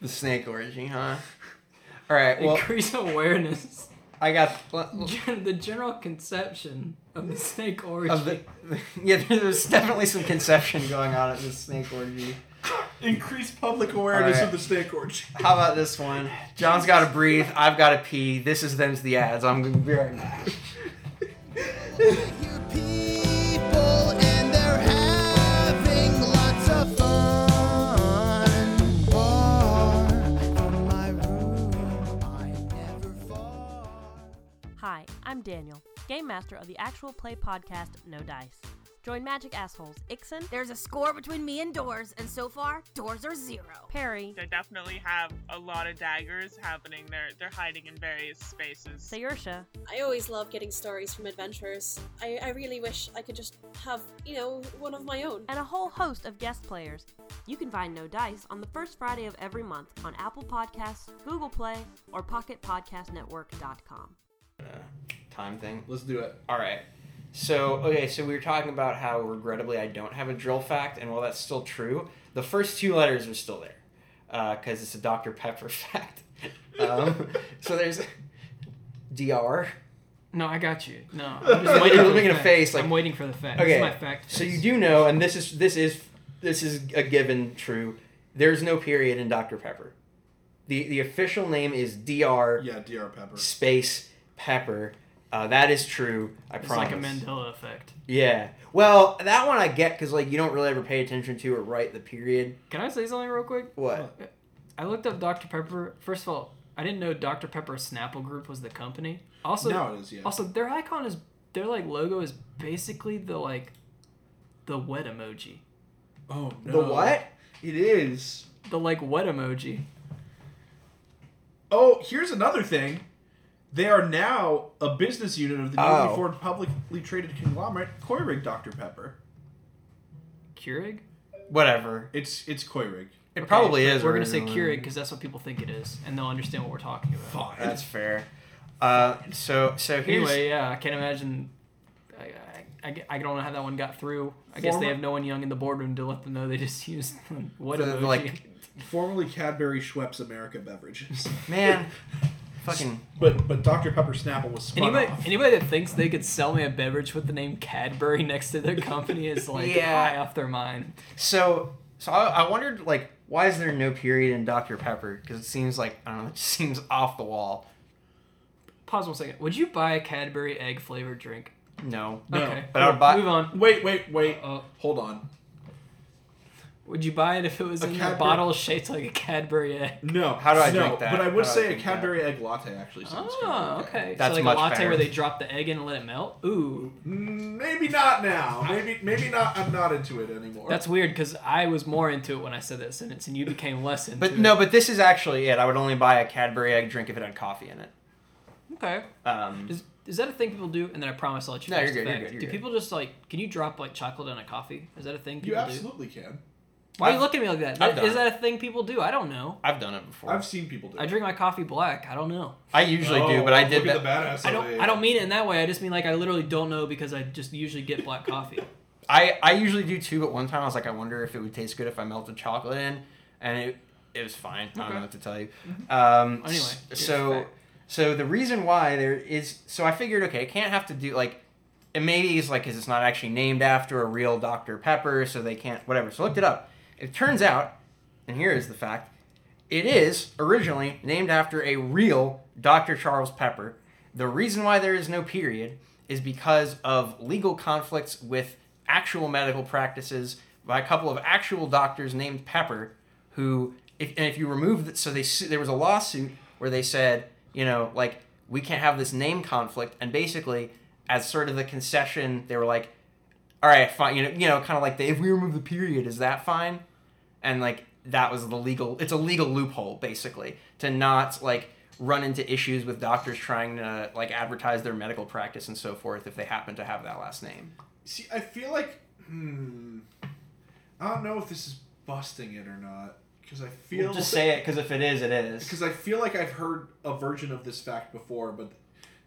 the snake orgy, huh? All right. Well, Increase awareness. I got l- l- Gen- the general conception of the snake origin. of the. Yeah, there's definitely some conception going on at this snake orgy. Increase public awareness of the snake orgy. How about this one? John's got to breathe. I've got to pee. This is them's the ads. I'm gonna be right back. You're people and they're having lots of fun. War from my room. Daniel, game master of the actual play podcast No Dice. Join Magic Assholes, Ixen, There's a score between me and Doors, and so far, Doors are zero. Perry, They definitely have a lot of daggers happening. They're they're hiding in various spaces. Sayersha, I always love getting stories from adventurers. I, I really wish I could just have, you know, one of my own. and a whole host of guest players. You can find No Dice on the first Friday of every month on Apple Podcasts, Google Play, or PocketPodcastNetwork.com. Time thing. Let's do it. All right. So okay, so we were talking about how regrettably I don't have a drill fact, and while that's still true, the first two letters are still there because it's a Dr Pepper fact. Um, so there's Dr. No, I got you. No, I'm just You're waiting for the looking at fact. face like- I'm waiting for the fact. Okay. It's my fact. So you face. do know, and this is this is this is a given true. There's no period in Dr Pepper. the The official name is Dr. Yeah, Dr Pepper. Space Pepper. Uh, that is true. I It's promise. like a Mandela effect. Yeah. Well, that one I get because like you don't really ever pay attention to or write the period. Can I say something real quick? What? I looked up Dr. Pepper. First of all, I didn't know Dr. Pepper Snapple Group was the company. Also, now it is. Yeah. also their icon is their like logo is basically the like the wet emoji. oh no. The what? It is. The like wet emoji. Oh, here's another thing. They are now a business unit of the newly Oh. formed publicly traded conglomerate Keurig Dr Pepper. Keurig? Whatever. It's it's Keurig. It probably Okay, is. We're gonna say originally. Keurig because that's what people think it is, and they'll understand what we're talking about. Fine. Oh, That's fair. Uh, so so here's Anyway, yeah, I can't imagine. I, I, I, I don't know how that one got through. I guess they Former- have no one young in the boardroom to let them know they just used what the, emoji. like formerly Cadbury Schweppes America beverages. man, fucking But but Dr Pepper Snapple was spun Anybody, off. anybody that thinks they could sell me a beverage with the name Cadbury next to their company is like Yeah. high off their mind. so so I, I wondered like why is there no period in Dr Pepper because it seems like I don't know it just seems off the wall. Pause one second. Would you buy a Cadbury egg flavored drink? No. No. okay, But I would buy- move on. Wait wait wait. Uh-oh. Hold on. Would you buy it if it was A in a Cadbury- bottle shaped like a Cadbury egg? No. How do I no, drink that? But I How would do I say a drink that? Cadbury egg latte actually sounds Oh, kinda okay. That's so like much a latte better. where they drop the egg in and let it melt. Ooh, Mm, Maybe not now. Maybe maybe not. I'm not into it anymore. that's weird because I was more into it when I said that sentence, and you became less into But it. no, but this is actually it. I would only buy a Cadbury egg drink if it had coffee in it. Okay. Um, Is, is that a thing people do? And then I promise I'll let you. No, finish you're the good, you're good, fact. you're do good. people just like? Can you drop like chocolate in a coffee? Is that a thing you people do? absolutely can. Why are you I've- looking at me like that? I've That- Is done that a thing people do? I don't know. I've done it before. I've seen people do. I it. drink my coffee black. I don't know. I usually Oh, do, but I look did that. at the badass. I of don't. it. I don't mean it in that way. I just mean like I literally don't know because I just usually get black coffee. I, I usually do too, but one time I was like, I wonder if it would taste good if I melted chocolate in, and it it was fine. I don't know Okay. Mm-hmm. what to tell you. Um, Anyway, s- here's the so fact. so the reason why there is so I figured okay, it can't have to do like, and maybe it's like because it's not actually named after a real Dr Pepper, so they can't whatever. So I looked it up. It turns Mm-hmm. out, and here is the fact, it is originally named after a real Dr Charles Pepper. The reason why there is no period is because of legal conflicts with actual medical practices by a couple of actual doctors named Pepper, who, if, and if you remove, the, so they su- there was a lawsuit where they said, you know, like we can't have this name conflict, and basically, as sort of the concession, they were like, all right, fine, you know, you know, kind of like the, if we remove the period, is that fine? and like that was the legal it's a legal loophole basically to not like run into issues with doctors trying to like advertise their medical practice and so forth if they happen to have that last name See, I feel like, hmm, I don't know if this is busting it or not because I feel We'll just say it because if it is it is because I feel like I've heard a version of this fact before, but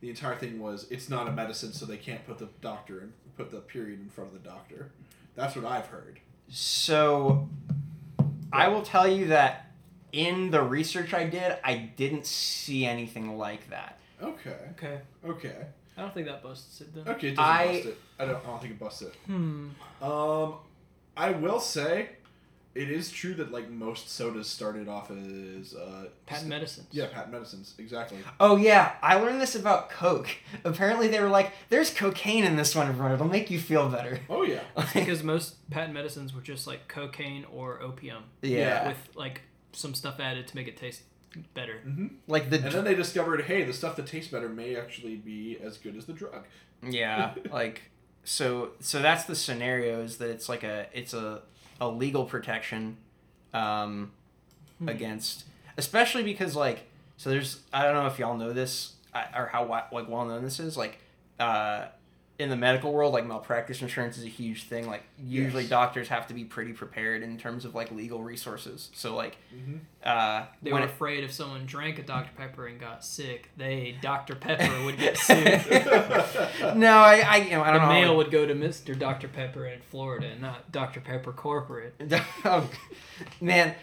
the entire thing was it's not a medicine, so they can't put the doctor and put the period in front of the doctor. That's what I've heard. so i will tell you that in the research i did i didn't see anything like that Okay, Okay. okay, I don't think that busts it then. okay. It doesn't I- bust it. I don't. I don't think it busts it. Hmm. Um, I will say, it is true that like most sodas started off as uh, Patent medicines. Yeah, patent medicines exactly. oh yeah i learned this about coke apparently they were like there's cocaine in this one everyone it'll make you feel better Oh yeah. Because most patent medicines were just like cocaine or opium yeah with like some stuff added to make it taste better. hmm Like the And then they discovered, hey, the stuff that tastes better may actually be as good as the drug. Yeah, like so so that's the scenario is that it's like a it's a a legal protection um against especially because like so there's I don't know if y'all know this I- or how wi- like well known this is like uh in the medical world like malpractice insurance is a huge thing like usually Yes. doctors have to be pretty prepared in terms of like legal resources so like Mm-hmm. uh They when were it- afraid if someone drank a Dr. Pepper and got sick, they Dr. Pepper would get sued. no I I you know I The don't know mail would go to Mr. Dr. Pepper in Florida, and not Dr. Pepper Corporate. oh, man,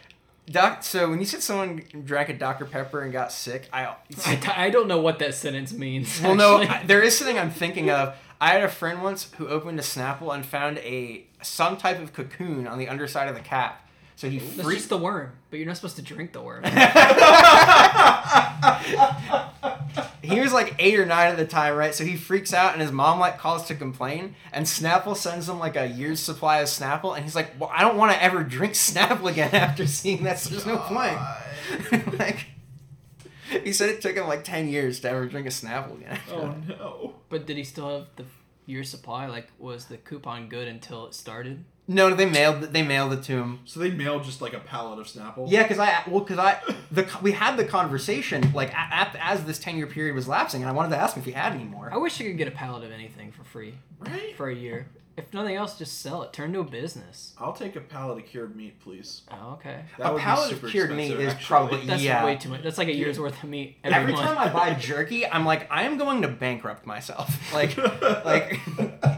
doc. So when you said someone drank a Dr Pepper and got sick, I I, t- I don't know what that sentence means. well no, actually. I- there is something I'm thinking of. I had a friend once who opened a Snapple and found a some type of cocoon on the underside of the cap. So he that's just freaked. the worm, but you're not supposed to drink the worm. He was like eight or nine at the time, right? So he freaks out, and his mom like calls to complain, and Snapple sends him like a year's supply of Snapple, and he's like, "Well, I don't want to ever drink Snapple again after seeing that. So there's no point." like he said it took him like 10 years to ever drink a snapple again Oh no. but did he still have the year supply? Like, was the coupon good until it started? no they mailed they mailed it to him So they mailed just like a pallet of Snapple. yeah because i well because i the we had the conversation like a at, as this 10 year period was lapsing and i wanted to ask him if he had any more I wish you could get a pallet of anything for free Right? for a year. If nothing else, just sell it. Turn to a business. I'll take a pallet of cured meat, please. Oh, okay. A would be pallet of super cured meat expensive, is actually. probably- That's Yeah. way too much. That's like a year's worth of meat every, every month. time i buy jerky i'm like i am going to bankrupt myself like like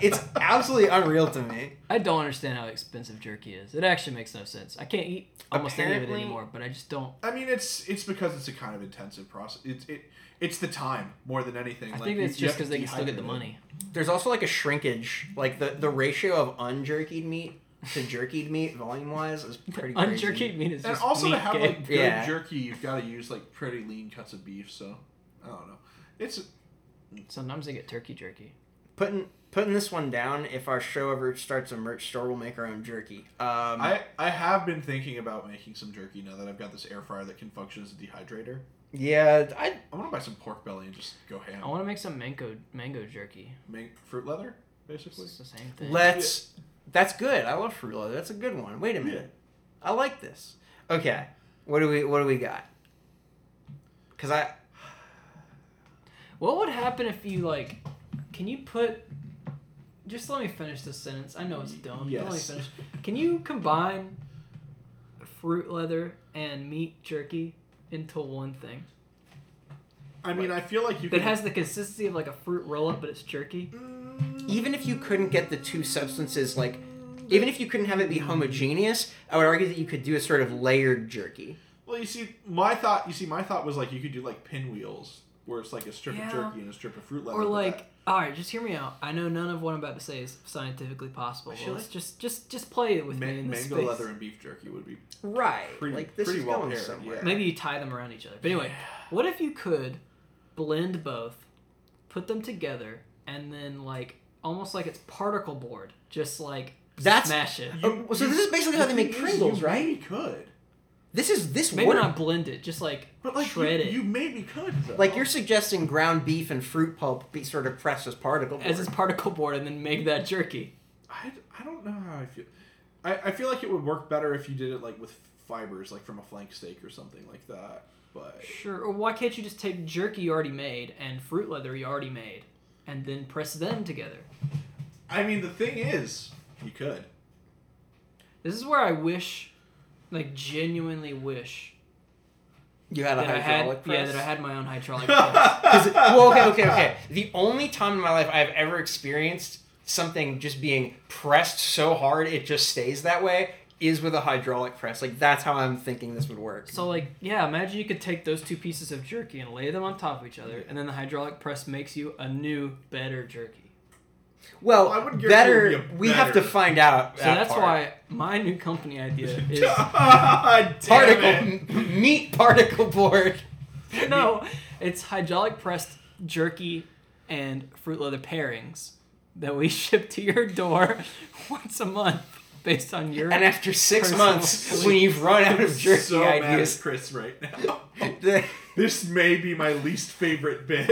it's absolutely unreal to me I don't understand how expensive jerky is. It actually makes no sense. I can't eat almost any of Apparently- it anymore, but I just don't. I mean, it's it's because it's a kind of intensive process. It's it it's the time more than anything. I think it's just because they can still get the money. there's also like a shrinkage like the the ratio of unjerkied meat to jerkied meat volume wise is pretty crazy. Unjerky meat is And just also meat to have Gabe. like good Yeah. jerky, you've got to use like pretty lean cuts of beef. So I don't know. It's Sometimes they get turkey jerky. putting putting this one down if our show ever starts a merch store we'll make our own jerky um I I have been thinking about making some jerky now that I've got this air fryer that can function as a dehydrator. yeah i I want to buy some pork belly and just go ham. I want to make some mango mango jerky. make fruit leather basically. It's the same thing. let's that's good i love fruit leather that's a good one wait a minute i like this okay what do we what do we got because i what would happen if you like? Can you put? Just let me finish this sentence. I know it's dumb. but Let me Yes. finish. Can you combine fruit leather and meat jerky into one thing I mean, I feel like you that can- has the consistency of like a fruit roll up, but it's jerky? even if you couldn't get the two substances like even if you couldn't have it be homogeneous i would argue that you could do a sort of layered jerky Well, you see, my thought. You see, my thought was like you could do like pinwheels, where it's like a strip Yeah. of jerky and a strip of fruit leather. Or but like, that- all right, just hear me out. I know none of what I'm about to say is scientifically possible. feel Well, let's like just just just play it with ma- me in this mango space. leather and beef jerky would be. right Pretty- like this pretty is well going paired, somewhere yeah. Maybe you tie them around each other. But anyway, what if you could blend both, put them together, and then like almost like it's particle board, just like That's- smash it. Oh, so this is basically The how they make thing is, Pringles, you right? Maybe could, This is this Maybe would not blend it, just like, but like shred you, it you maybe could. Though. like you're suggesting ground beef and fruit pulp be sort of pressed as particle board. as it's particle board, and then make that jerky. I, I don't know how I feel. I, I feel like it would work better if you did it like with fibers, like from a flank steak or something like that. But Sure. Or why can't you just take jerky you already made and fruit leather you already made, and then press them together? I mean, the thing is, you could. This is where I wish, like genuinely wish you had a that I had hydraulic yeah press. that I had my own hydraulic press. 'Cause it- well, okay, okay, okay. The only time in my life I've ever experienced something just being pressed so hard it just stays that way is with a hydraulic press. Like that's how I'm thinking this would work. So like yeah, imagine you could take those two pieces of jerky and lay them on top of each other, and then the hydraulic press makes you a new, better jerky. well, I wouldn't guarantee it better. would be a We have to better- find out. So that's why my new company idea is God damn particle it. m- meat particle board. no, it's hydraulic pressed jerky and fruit leather pairings that we ship to your door once a month. based on your. And after six Personal months, sleep. when you've run out of jerky so mad at ideas, Chris right now. the- This may be my least favorite bit.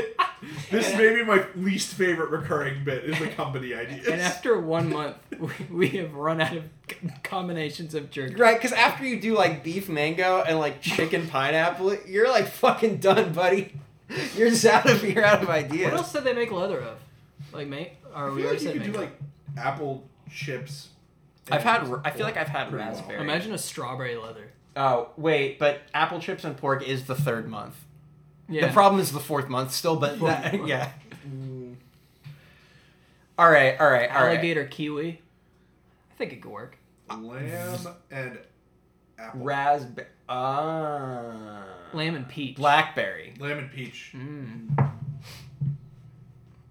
This may be my least favorite recurring bit is the company ideas. and after one month, we, we have run out of c- combinations of jerky. right? Because after you do like beef mango and like chicken pineapple, you're like fucking done, buddy. You're just out of you're out of What ideas. else did they make leather of? Like, mate, I or we feel already like you said could do mango. like apple chips. I've had. and- r- I feel like I've had Pretty well. raspberry. Imagine a strawberry leather. Oh wait, but apple chips and pork is the third month. Yeah. The problem is the fourth month still, but Fourth that- month. yeah. All right, all right, all right. alligator kiwi. I think it could work. lamb and apple. Raspberry. Ah. Lamb and peach. Blackberry. lamb and peach. Mm.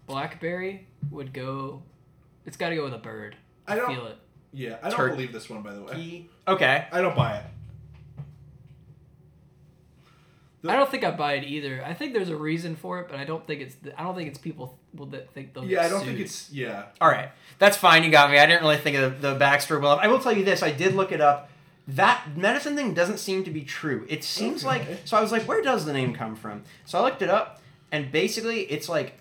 Blackberry would go. It's got to go with a bird. I don't. Feel it. Yeah, I don't Turkey. believe this one by the way. Okay. I don't buy it. The- I don't think I buy it either. I think there's a reason for it, but I don't think it's. I don't think it's people will that think Oh, they'll. Yeah, get I don't think sued. it's. Yeah, All right. That's fine. You got me. I didn't really think of the, the backstory well. enough. I will tell you this. I did look it up. That medicine thing doesn't seem to be true. It seems like Okay. so. I was like, where does the name come from? So I looked it up, and basically, it's like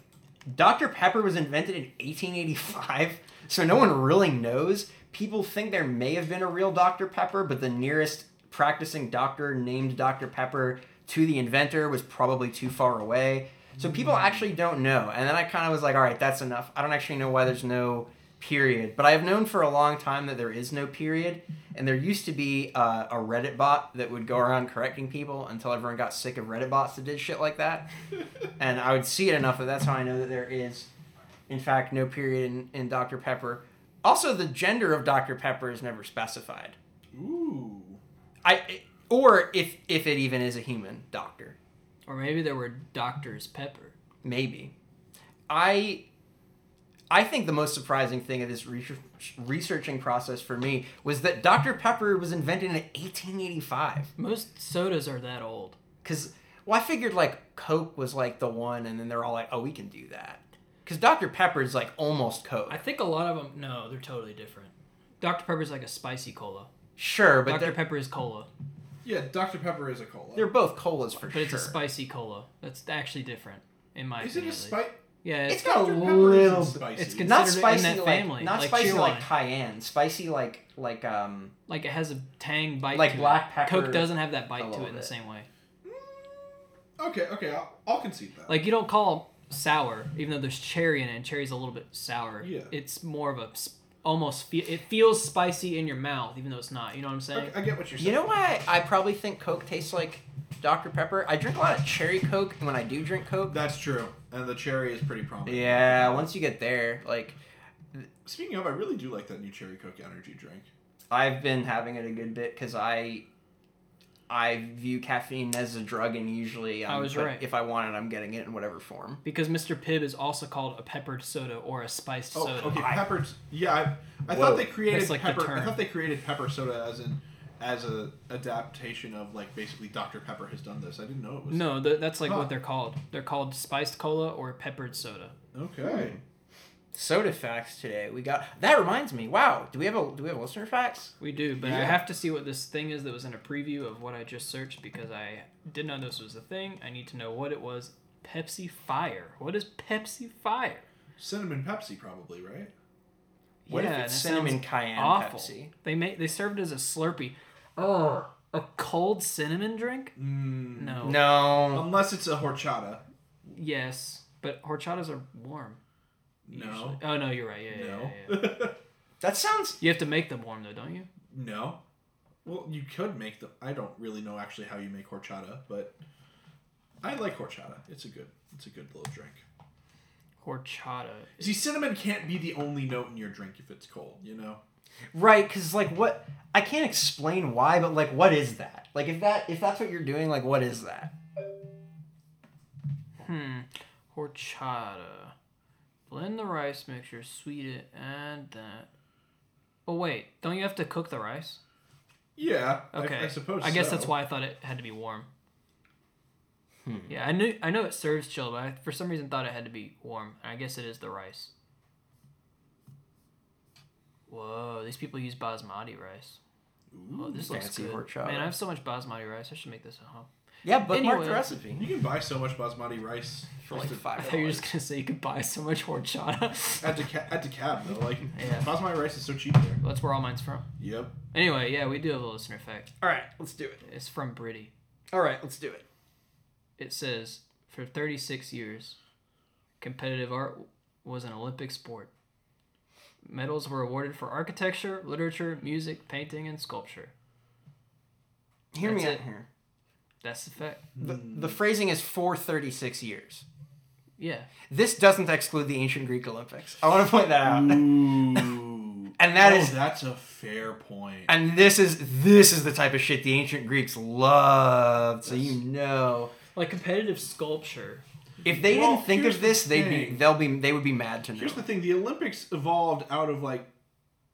Dr. Pepper was invented in 1885, so no one really knows. People think there may have been a real Dr. Pepper, but the nearest practicing doctor named Dr. Pepper to the inventor was probably too far away. So people actually don't know. And then I kind of was like, all right, that's enough. I don't actually know why there's no period. But I've known for a long time that there is no period. And there used to be uh, a Reddit bot that would go around correcting people until everyone got sick of Reddit bots that did shit like that and I would see it enough that that's how I know that there is, in fact, no period in, in Dr. Pepper. Also, the gender of Dr. Pepper is never specified. Ooh. I or if if it even is a human doctor, Or maybe there were doctors pepper. maybe. I I think the most surprising thing of this research, researching process for me was that Dr. Pepper was invented in 1885. Most sodas are that old. Because, well, I figured like Coke was like the one, and then they're all like, oh, we can do that. Because Dr. Pepper is like almost Coke. I think a lot of them. No, they're totally different. Dr Pepper's like a spicy cola. Sure, but Dr they're, Pepper is cola, Yeah, Dr Pepper is a cola. they're both colas for but sure. it's a spicy cola. That's actually different in my is it opinion. a at least. spice? Yeah, It's it's, got a Dr. Pepper little. isn't spicy. it's It's Not considered in spicy that like family, not like spicy Cheer like Wine. cayenne. Spicy like like um like it has a tang bite. Like to black it. pepper, Coke doesn't have that a bite to little it in the bit. same way. Mm. okay, okay, I'll, I'll concede that. Like you don't call sour, even though there's cherry in it. and Cherry's a little bit sour. Yeah. It's more of a s- almost. Fe- it feels spicy in your mouth, even though it's not. You know what I'm saying? Okay, I get what you're saying. you know why I probably think Coke tastes like Dr. Pepper? I drink a lot of cherry Coke and when I do drink Coke. That's true, and the cherry is pretty prominent. yeah, once you get there, like Speaking of, I really do like that new cherry Coke energy drink. I've been having it a good bit because I I view caffeine as a drug and usually I um, was but right. if I want it I'm getting it in whatever form. Because Mr. Pibb is also called a peppered soda or a spiced Oh, soda. okay, I- peppers. Yeah, I, I Whoa. thought they created That's like the pepper. I term. thought they created pepper soda as an as a adaptation of like basically Dr Pepper has done this. I didn't know it was. No, th- that's like Huh. what they're called. They're called spiced cola or peppered soda. Okay. Soda facts today. We got that reminds me. Wow, do we have a do we have listener facts? We do, but I Yeah. have to see what this thing is that was in a preview of what I just searched because I didn't know this was a thing. I need to know what it was. Pepsi Fire. What is Pepsi Fire? Cinnamon Pepsi, probably right. What if Yeah, it's that cinnamon sounds cayenne awful. Pepsi? They made they served it as a Slurpee. Oh, a cold cinnamon drink? Mm, No. No. Unless it's a horchata. Yes, but horchatas are warm. No. usually. Oh no, you're right. Yeah, yeah, yeah, No. yeah. That sounds You have to make them warm though, don't you? no. Well, you could make the. I don't really know actually how you make horchata, but I like horchata. It's a good. It's a good little drink. Horchata. See, cinnamon can't be the only note in your drink if it's cold. You know. right because like what I can't explain why, but like what is that? Like if that if that's what you're doing, like what is that? Hmm. Horchata. Blend the rice mixture, sweet it, and that. Oh wait, don't you have to cook the rice? Yeah. I- Okay. I, suppose. I guess so. that's why I thought it had to be warm. Yeah, I knew I know it serves chilled, but I for some reason thought it had to be warm. And I guess it is the rice. Whoa, these people use basmati rice. oh, this looks fancy good. horchata. Man, I have so much basmati rice. I should make this at home. Yeah, bookmark Anyway. the You recipe can buy so much basmati rice for like just I five thought you were dollars. just gonna say you could buy so much horchata. at Deca- at Decab though. Like Yeah. basmati rice is so cheap there. That's where all mine's from. Yep. Anyway, yeah, we do have a listener fact. All right, let's do it. It's from Britty. All right, let's do it. It says, for 36 years, competitive art was an Olympic sport. Medals were awarded for architecture, literature, music, painting, and sculpture. Hear me That's out it. here. That's the fact. The, the phrasing is for 36 years. Yeah. This doesn't exclude the ancient Greek Olympics. I want to point that out. Ooh. And that Mm. oh, is- that's a fair point. And this is this is the type of shit the ancient Greeks loved. So you know, Like competitive sculpture. if they Well, didn't think here's of this, the they'd be thing. they'll be they would be mad to know. Here's the thing: the Olympics evolved out of like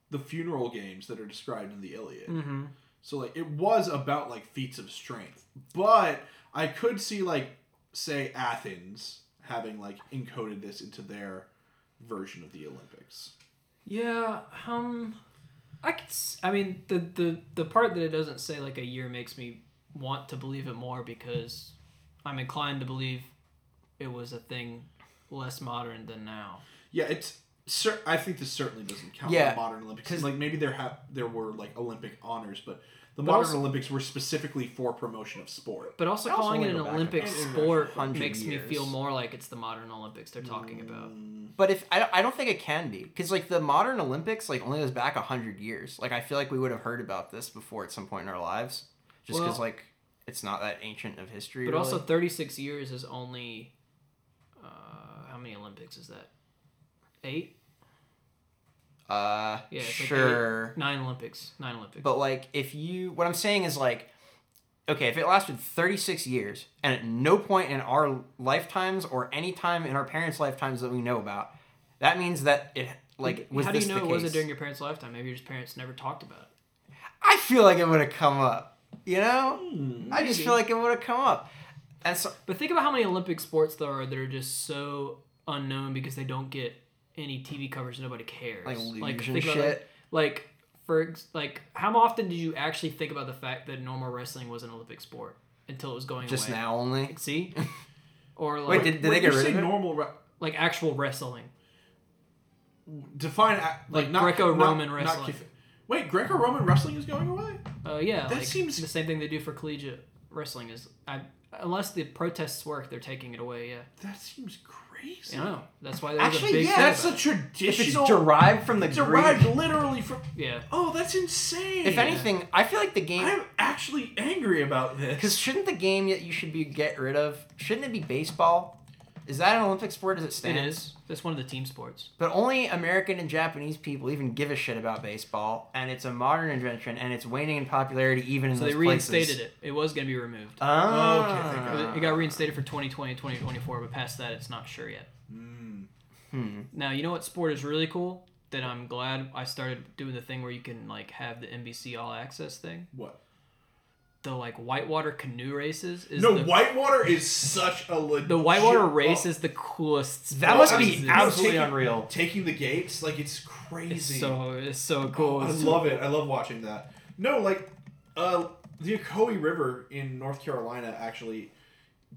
the funeral games that are described in the Iliad. Mhm. So like it was about like feats of strength, but I could see like say Athens having like encoded this into their version of the Olympics. Yeah, um, I could. s- I mean, the the the part that it doesn't say like a year makes me want to believe it more because I'm inclined to believe it was a thing less modern than now. Yeah, it's. Cer- I think this certainly doesn't count Yeah, the modern Olympics. 'cause- like maybe there have there were like Olympic honors, but the But modern also- Olympics were specifically for promotion of sport. But also I also calling wanna it an go back Olympic a couple- sport 100 makes me years. Mm. feel more like it's the modern Olympics they're talking about. But if I, don't- I don't think it can be because like the modern Olympics like only goes back hundred years. Like I feel like we would have heard about this before at some point in our lives, just because Well- like it's not that ancient of history. But also, really. 36 years is only uh, how many Olympics is that? Eight, uh, Yeah, it's like eight- sure. nine Olympics, nine Olympics. But like, if you, what I'm saying is like, okay, if it lasted 36 years, and at no point in our lifetimes or any time in our parents' lifetimes that we know about, that means that it like was How do this you know the it case? wasn't during your parents' lifetime? Maybe your parents never talked about it. I feel like it would have come up. You know, I just maybe. feel like it would have come up. And so, But think about how many Olympic sports there are that are just so unknown because they don't get any TV coverage. Nobody cares. Like luge and think about shit. That, like for ex- like, how often did you actually think about the fact that normal wrestling was an Olympic sport until it was going just away? now only. See, or like Wait, did, did When they get you rid say of it? normal? Re- like actual wrestling? define a- like, Like not Greco-Roman not- wrestling. Not, kif- Wait, Greco-Roman wrestling is going away? Uh, yeah, That like seems- the same thing they do for collegiate wrestling is I, unless the protests work, they're taking it away. Yeah, That seems crazy. you know that's why there's Actually, a big yeah, thing That's about a If it. it's traditional. derived from the derived Greek, literally from. yeah. Oh, that's insane. if anything, I feel like the game. I'm actually angry about this. Because shouldn't the game that you should be get rid of shouldn't it be baseball? Is that an Olympic sport as it It stands? is. That's one of the team sports. But only American and Japanese people even give a shit about baseball, and it's a modern invention, and it's waning in popularity even in So those they reinstated places. it. It was going to be removed. Ah. Okay, thank It was- it got reinstated for 2020 and 2024, but past that, it's not sure yet. Hmm. Now, you know what sport is really cool? That I'm glad I started doing the thing where you can like have the NBC All Access thing. what? The like whitewater canoe races is No, the, whitewater is such a legit. the whitewater race oh, is the coolest. Sport. That must Well, be I'm- It's- I'm absolutely taking- unreal. taking the gates like it's It's crazy. so it's so Oh, cool. I It's- love it. I love watching that. No, like uh, the Ocoee River in North Carolina actually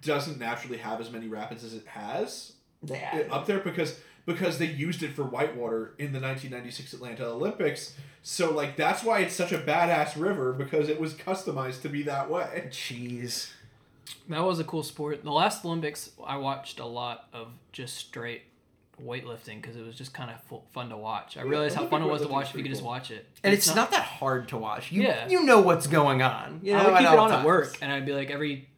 doesn't naturally have as many rapids as it has eh, Yeah. up there because because they used it for whitewater in the 1996 Atlanta Olympics. So like that's why it's such a badass river because it was customized to be that way. Jeez. That was a cool sport. The last Olympics, I watched a lot of just straight weightlifting because it was just kind of fu- fun to watch. I realized how Olympic fun it was to weightlifting's watch if you pretty could just cool. watch it. And it's, not, that hard to watch. You Yeah. you know what's going on. You know, I would at keep it all on at times. work, and I'd be like, every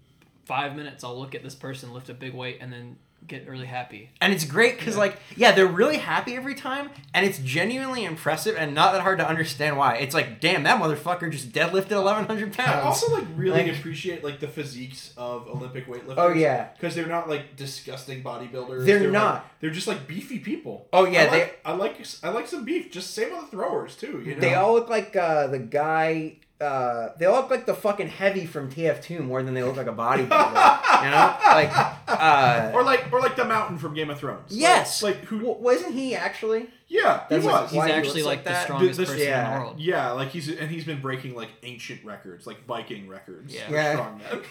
five minutes, I'll look at this person lift a big weight and then get really happy. And it's great because, like, yeah, they're really happy every time, and it's genuinely impressive and not that hard to understand why. It's like, damn, that motherfucker just deadlifted 1,100 I pounds. also like really Um, Like- appreciate like the physiques of Olympic weightlifters. Oh, yeah. because they're not like disgusting bodybuilders. They're like- not. they're just like beefy people. Oh, yeah, I like, I like I like some beef. Just same on the throwers too. You know, They all look like uh, the guy uh, they look like the fucking heavy from TF2 more than they look like a bodybuilder. you know, like uh, or like or like the mountain from Game of Thrones. Like- yes, Like, who? W- wasn't he actually? yeah, he That's like- was. He's Why he actually looks like, like the that? strongest This- person in yeah. the world. yeah, like he's and he's been breaking like ancient records, like Viking records. Yeah. for Yeah. strongman.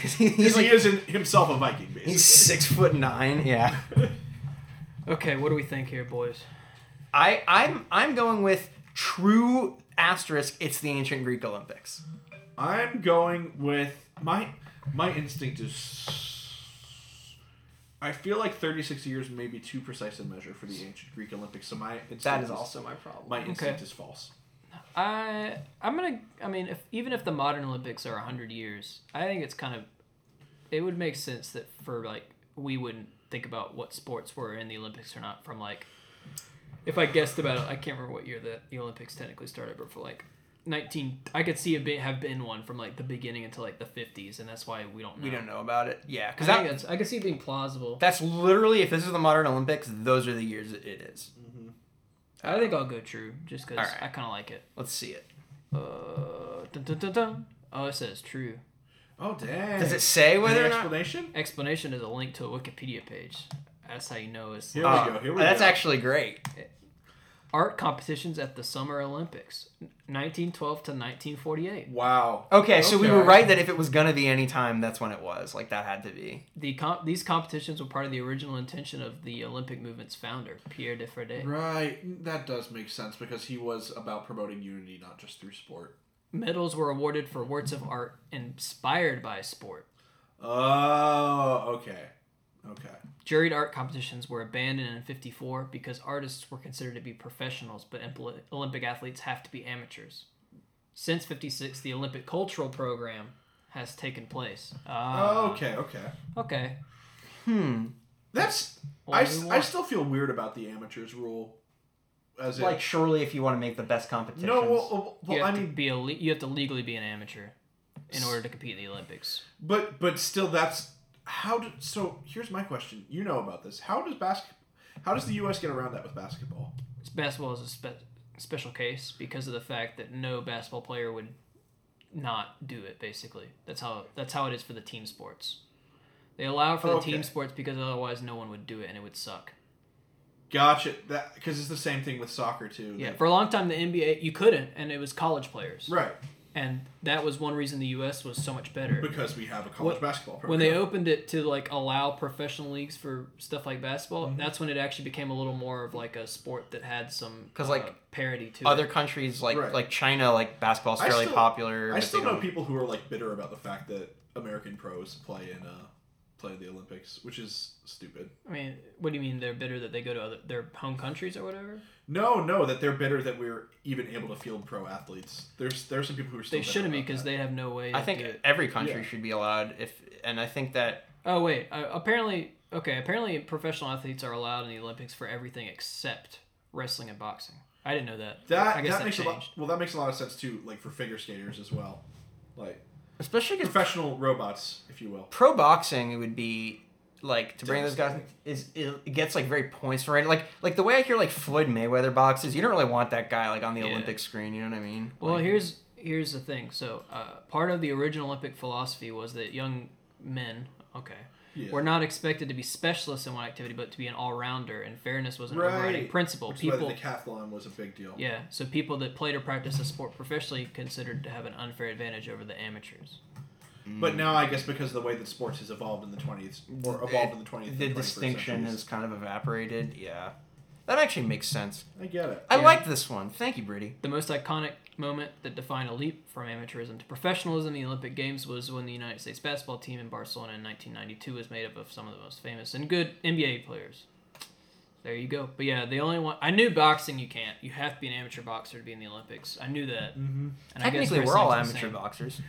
'Cause he- Because he's like he is in, himself a Viking, basically. he's six foot nine. Yeah. Okay, what do we think here, boys? I I'm I'm going with true asterisk. It's the ancient Greek Olympics. I'm going with my my instinct is. I feel like 36 years may be too precise a measure for the ancient Greek Olympics, so my instinct That is also my problem. my instinct Okay. is false. I I'm gonna. I mean, if even if the modern Olympics are hundred years, I think it's kind of. It would make sense that for like we wouldn't think about what sports were in the Olympics or not from like. If I guessed about it, I can't remember what year the, the Olympics technically started, but for like nineteen, I could see a bit have been one from like the beginning until like the fifties, and that's why we don't know. We don't know about it. Yeah, I, because think that, that's, I could see it being plausible. that's literally if this is the modern Olympics, those are the years it is. I think I'll go true just because Alright. I kind of like it. Let's see it. Uh, dun, dun, dun, dun. Oh, it says true. Oh, dang. Does it say Any whether or not? explanation? Explanation is a link to a Wikipedia page. That's how you know it's Here Oh, we go. Here we that's go. actually great. art competitions at the Summer Olympics, 1912 to 1948. Wow. Okay, so we Okay. were right that if it was gonna be any time, that's when it was. Like that had to be. The comp- these competitions were part of the original intention of the Olympic movement's founder, Pierre de Fredette. Right. That does make sense because he was about promoting unity, not just through sport. Medals were awarded for works of art inspired by sport. Oh, okay. Okay. Juried art competitions were abandoned in 54 because artists were considered to be professionals, but empl- Olympic athletes have to be amateurs. Since 56, the Olympic cultural program has taken place. Uh, Ah, okay, okay. Okay. That's. Well, I, we s- I want- still feel weird about the amateurs rule. As in- Like surely, if you want to make the best competitions. No, well, well, well, you I have to mean, be a le- you have to legally be an amateur in order to compete in the Olympics. but but still, that's how. Do, so here's my question. You know about this? How does basket? How does the U.S. get around that with basketball? Basketball is a spe- special case because of the fact that no basketball player would not do it. Basically, that's how that's how it is for the team sports. They allow for the team Okay. sports because otherwise no one would do it and it would suck. Gotcha. That because it's the same thing with soccer too. Yeah, They- for a long time the NBA you couldn't, and it was college players, right. and that was one reason the U.S. was so much better. Because we have a college What- basketball program. when they opened it to like allow professional leagues for stuff like Mm-hmm. basketball, that's when it actually became a little more of like a sport that had some 'Cause, like, parody to other it. countries like Right. like China, like basketball's I fairly still- popular. I but still they know don't- people who are like bitter about the fact that American pros play in uh play in the Olympics, which is stupid. I mean, what do you mean they're bitter that they go to other, their home countries or whatever? No, no, that they're bitter that we're even able to field pro athletes. There's there's some people who are still They bitter shouldn't be about because that. they have no way. To I think do it. every country Yeah. should be allowed if, and I think that Oh wait, uh, apparently okay. Apparently, professional athletes are allowed in the Olympics for everything except wrestling and boxing. I didn't know that. That I guess that, that, makes changed. a lot. Well, that makes a lot of sense too. Like for figure skaters as well, like especially because professional robots, if you will. pro boxing it would be like to bring those guys is it gets like very points oriented. Like like the way I hear like Floyd Mayweather boxes, you don't really want that guy like on the Yeah. Olympic screen. You know what I mean? Well, here's here's the thing. So, uh, part of the original Olympic philosophy was that young men, okay, Yeah. were not expected to be specialists in one activity, but to be an all-rounder. And fairness was an overriding Right. principle. Which is why people, the decathlon was a big deal. yeah. So people that played or practiced a sport professionally considered to have an unfair advantage over the amateurs. But now I guess because of the way that sports has evolved in the 20th or evolved in the 20th, and The 21st distinction centuries. is kind of evaporated. Yeah, that actually makes sense. I get it. I like this one. Thank you, Brady. The most iconic moment that defined a leap from amateurism to professionalism in the Olympic Games was when the United States basketball team in Barcelona in 1992 was made up of some of the most famous and good NBA players. There you go. But yeah, the only one I knew boxing you can't. You have to be an amateur boxer to be in the Olympics. I knew that. Mm-hmm. And I guess Technically, we're all wrestling's the amateur same. boxers.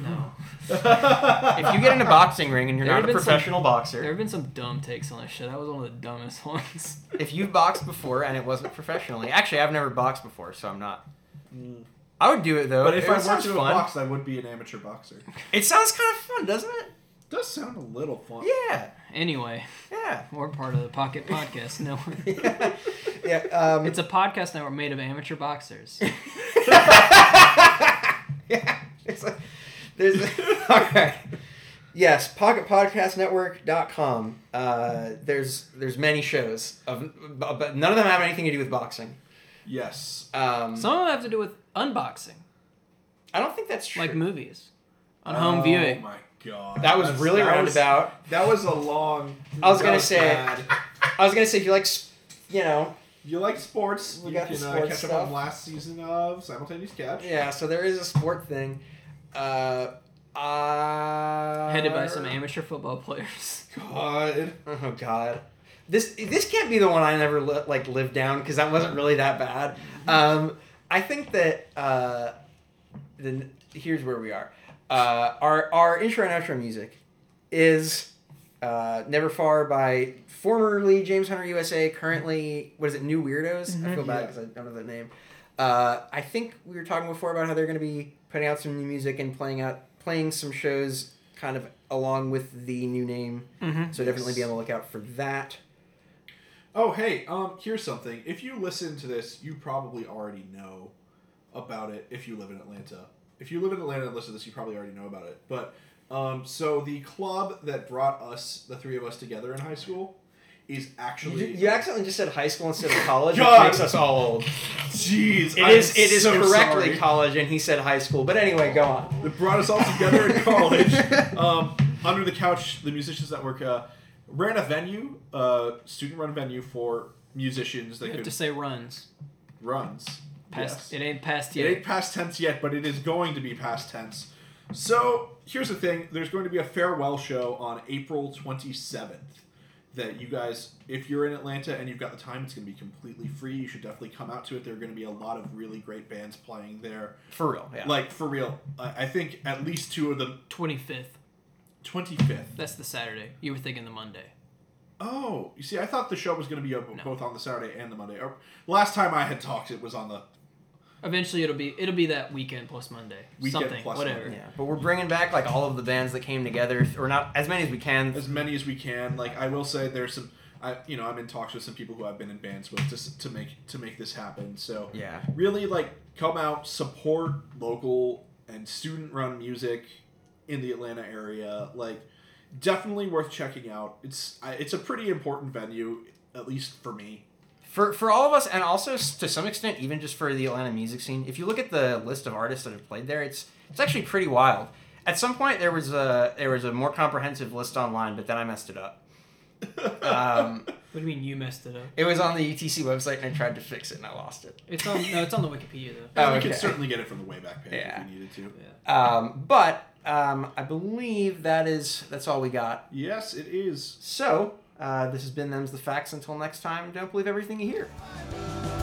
No, If you get in a boxing ring and you're There not have a been some- professional boxer, there have been some dumb takes on this shit. That was one of the dumbest ones. if you've boxed before and it wasn't professionally, actually, I've never boxed before, so I'm not. I would do it though. Mm. But if It I were sounds to have fun. boxed, I would be an amateur boxer. it sounds kind of fun, doesn't it? does sound a little fun. Yeah, anyway, yeah. we're part of the Pocket Podcast Network. yeah. Um, It's a podcast network made of amateur boxers. yeah, it's like, there's all right. Yes, pocketpodcastnetwork.com. Uh, there's there's many shows of but but none of them have anything to do with boxing. Yes. Um, Some of them have to do with unboxing, I don't think that's true. like movies, on home Oh viewing. my god. that was That's- really that was- roundabout. That was a long. I was that gonna say- bad. I was gonna say if you like, s- you know, You like sports? We you got can the uh, sports catch up stuff. on last season of simultaneous catch. yeah. So there is a sport thing. Uh, uh, Headed by some amateur football players. God. Oh God, this this can't be the one I never li- like lived down because that wasn't really that bad. Um, I think that uh, then here's where we are. Uh, our our intro and outro music is uh, "Never Far" by formerly James Hunter USA, currently what is it? New Weirdos. I feel bad Yeah. because I don't know the name. Uh, I think we were talking before about how they're going to be putting out some new music and playing out playing some shows kind of along with the new name. So definitely be on the lookout for that. Oh hey, um, here's something. If you listen to this, you probably already know about it. If you live in Atlanta, if you live in Atlanta and listen to this, you probably already know about it. But um, so the club that brought us, the three of us together in high school, is You, actually you accidentally just said high school instead of college, God. which makes us all old. Jeez, It I'm is it is so correctly sorry. college, and he said high school. But anyway, go on. that brought us all together in college. Um, under the couch, the musicians network uh, ran a venue, uh, student-run venue for musicians that You have could to say runs. runs. Yes. Past, It ain't past It yet. ain't past tense yet, but it is going to be past tense. So here's the thing: there's going to be a farewell show on April 27th. That you guys, if you're in Atlanta and you've got the time, it's going to be completely free. You should definitely come out to it. There are going to be a lot of really great bands playing there. For real, yeah. Like for real, I I think at least two of them. 25th. 25th. That's the Saturday. You were thinking the Monday. Oh, you see, I thought the show was going to be up No. both on the Saturday and the Monday. Or, last time I had talked, it was on the Eventually, it'll be it'll be that weekend plus Monday. Weekend Something, plus whatever. Monday. yeah, but we're bringing back like all of the bands that came together, or not as many as we can. as many as we can. Like I will say, there's some. I you know I'm in talks with some people who I've been in bands with just to make to make this happen. So Yeah. really like come out, support local and student run music in the Atlanta area. Like definitely worth checking out. It's I, it's a pretty important venue, at least for me. for for all of us, and also s- to some extent, even just for the Atlanta music scene. If you look at the list of artists that have played there, it's it's actually pretty wild. At some point, there was a there was a more comprehensive list online, but then I messed it up. Um, What do you mean you messed it up? it was on the UTC website, and I tried to fix it, and I lost it. It's on no, it's on the Wikipedia though. Oh, we okay. could certainly get it from the Wayback Page Yeah. if we needed to. Um, but um, I believe that is that's all we got. Yes, it is. So uh, this has been them's the facts. Until next time, don't believe everything you hear. Thank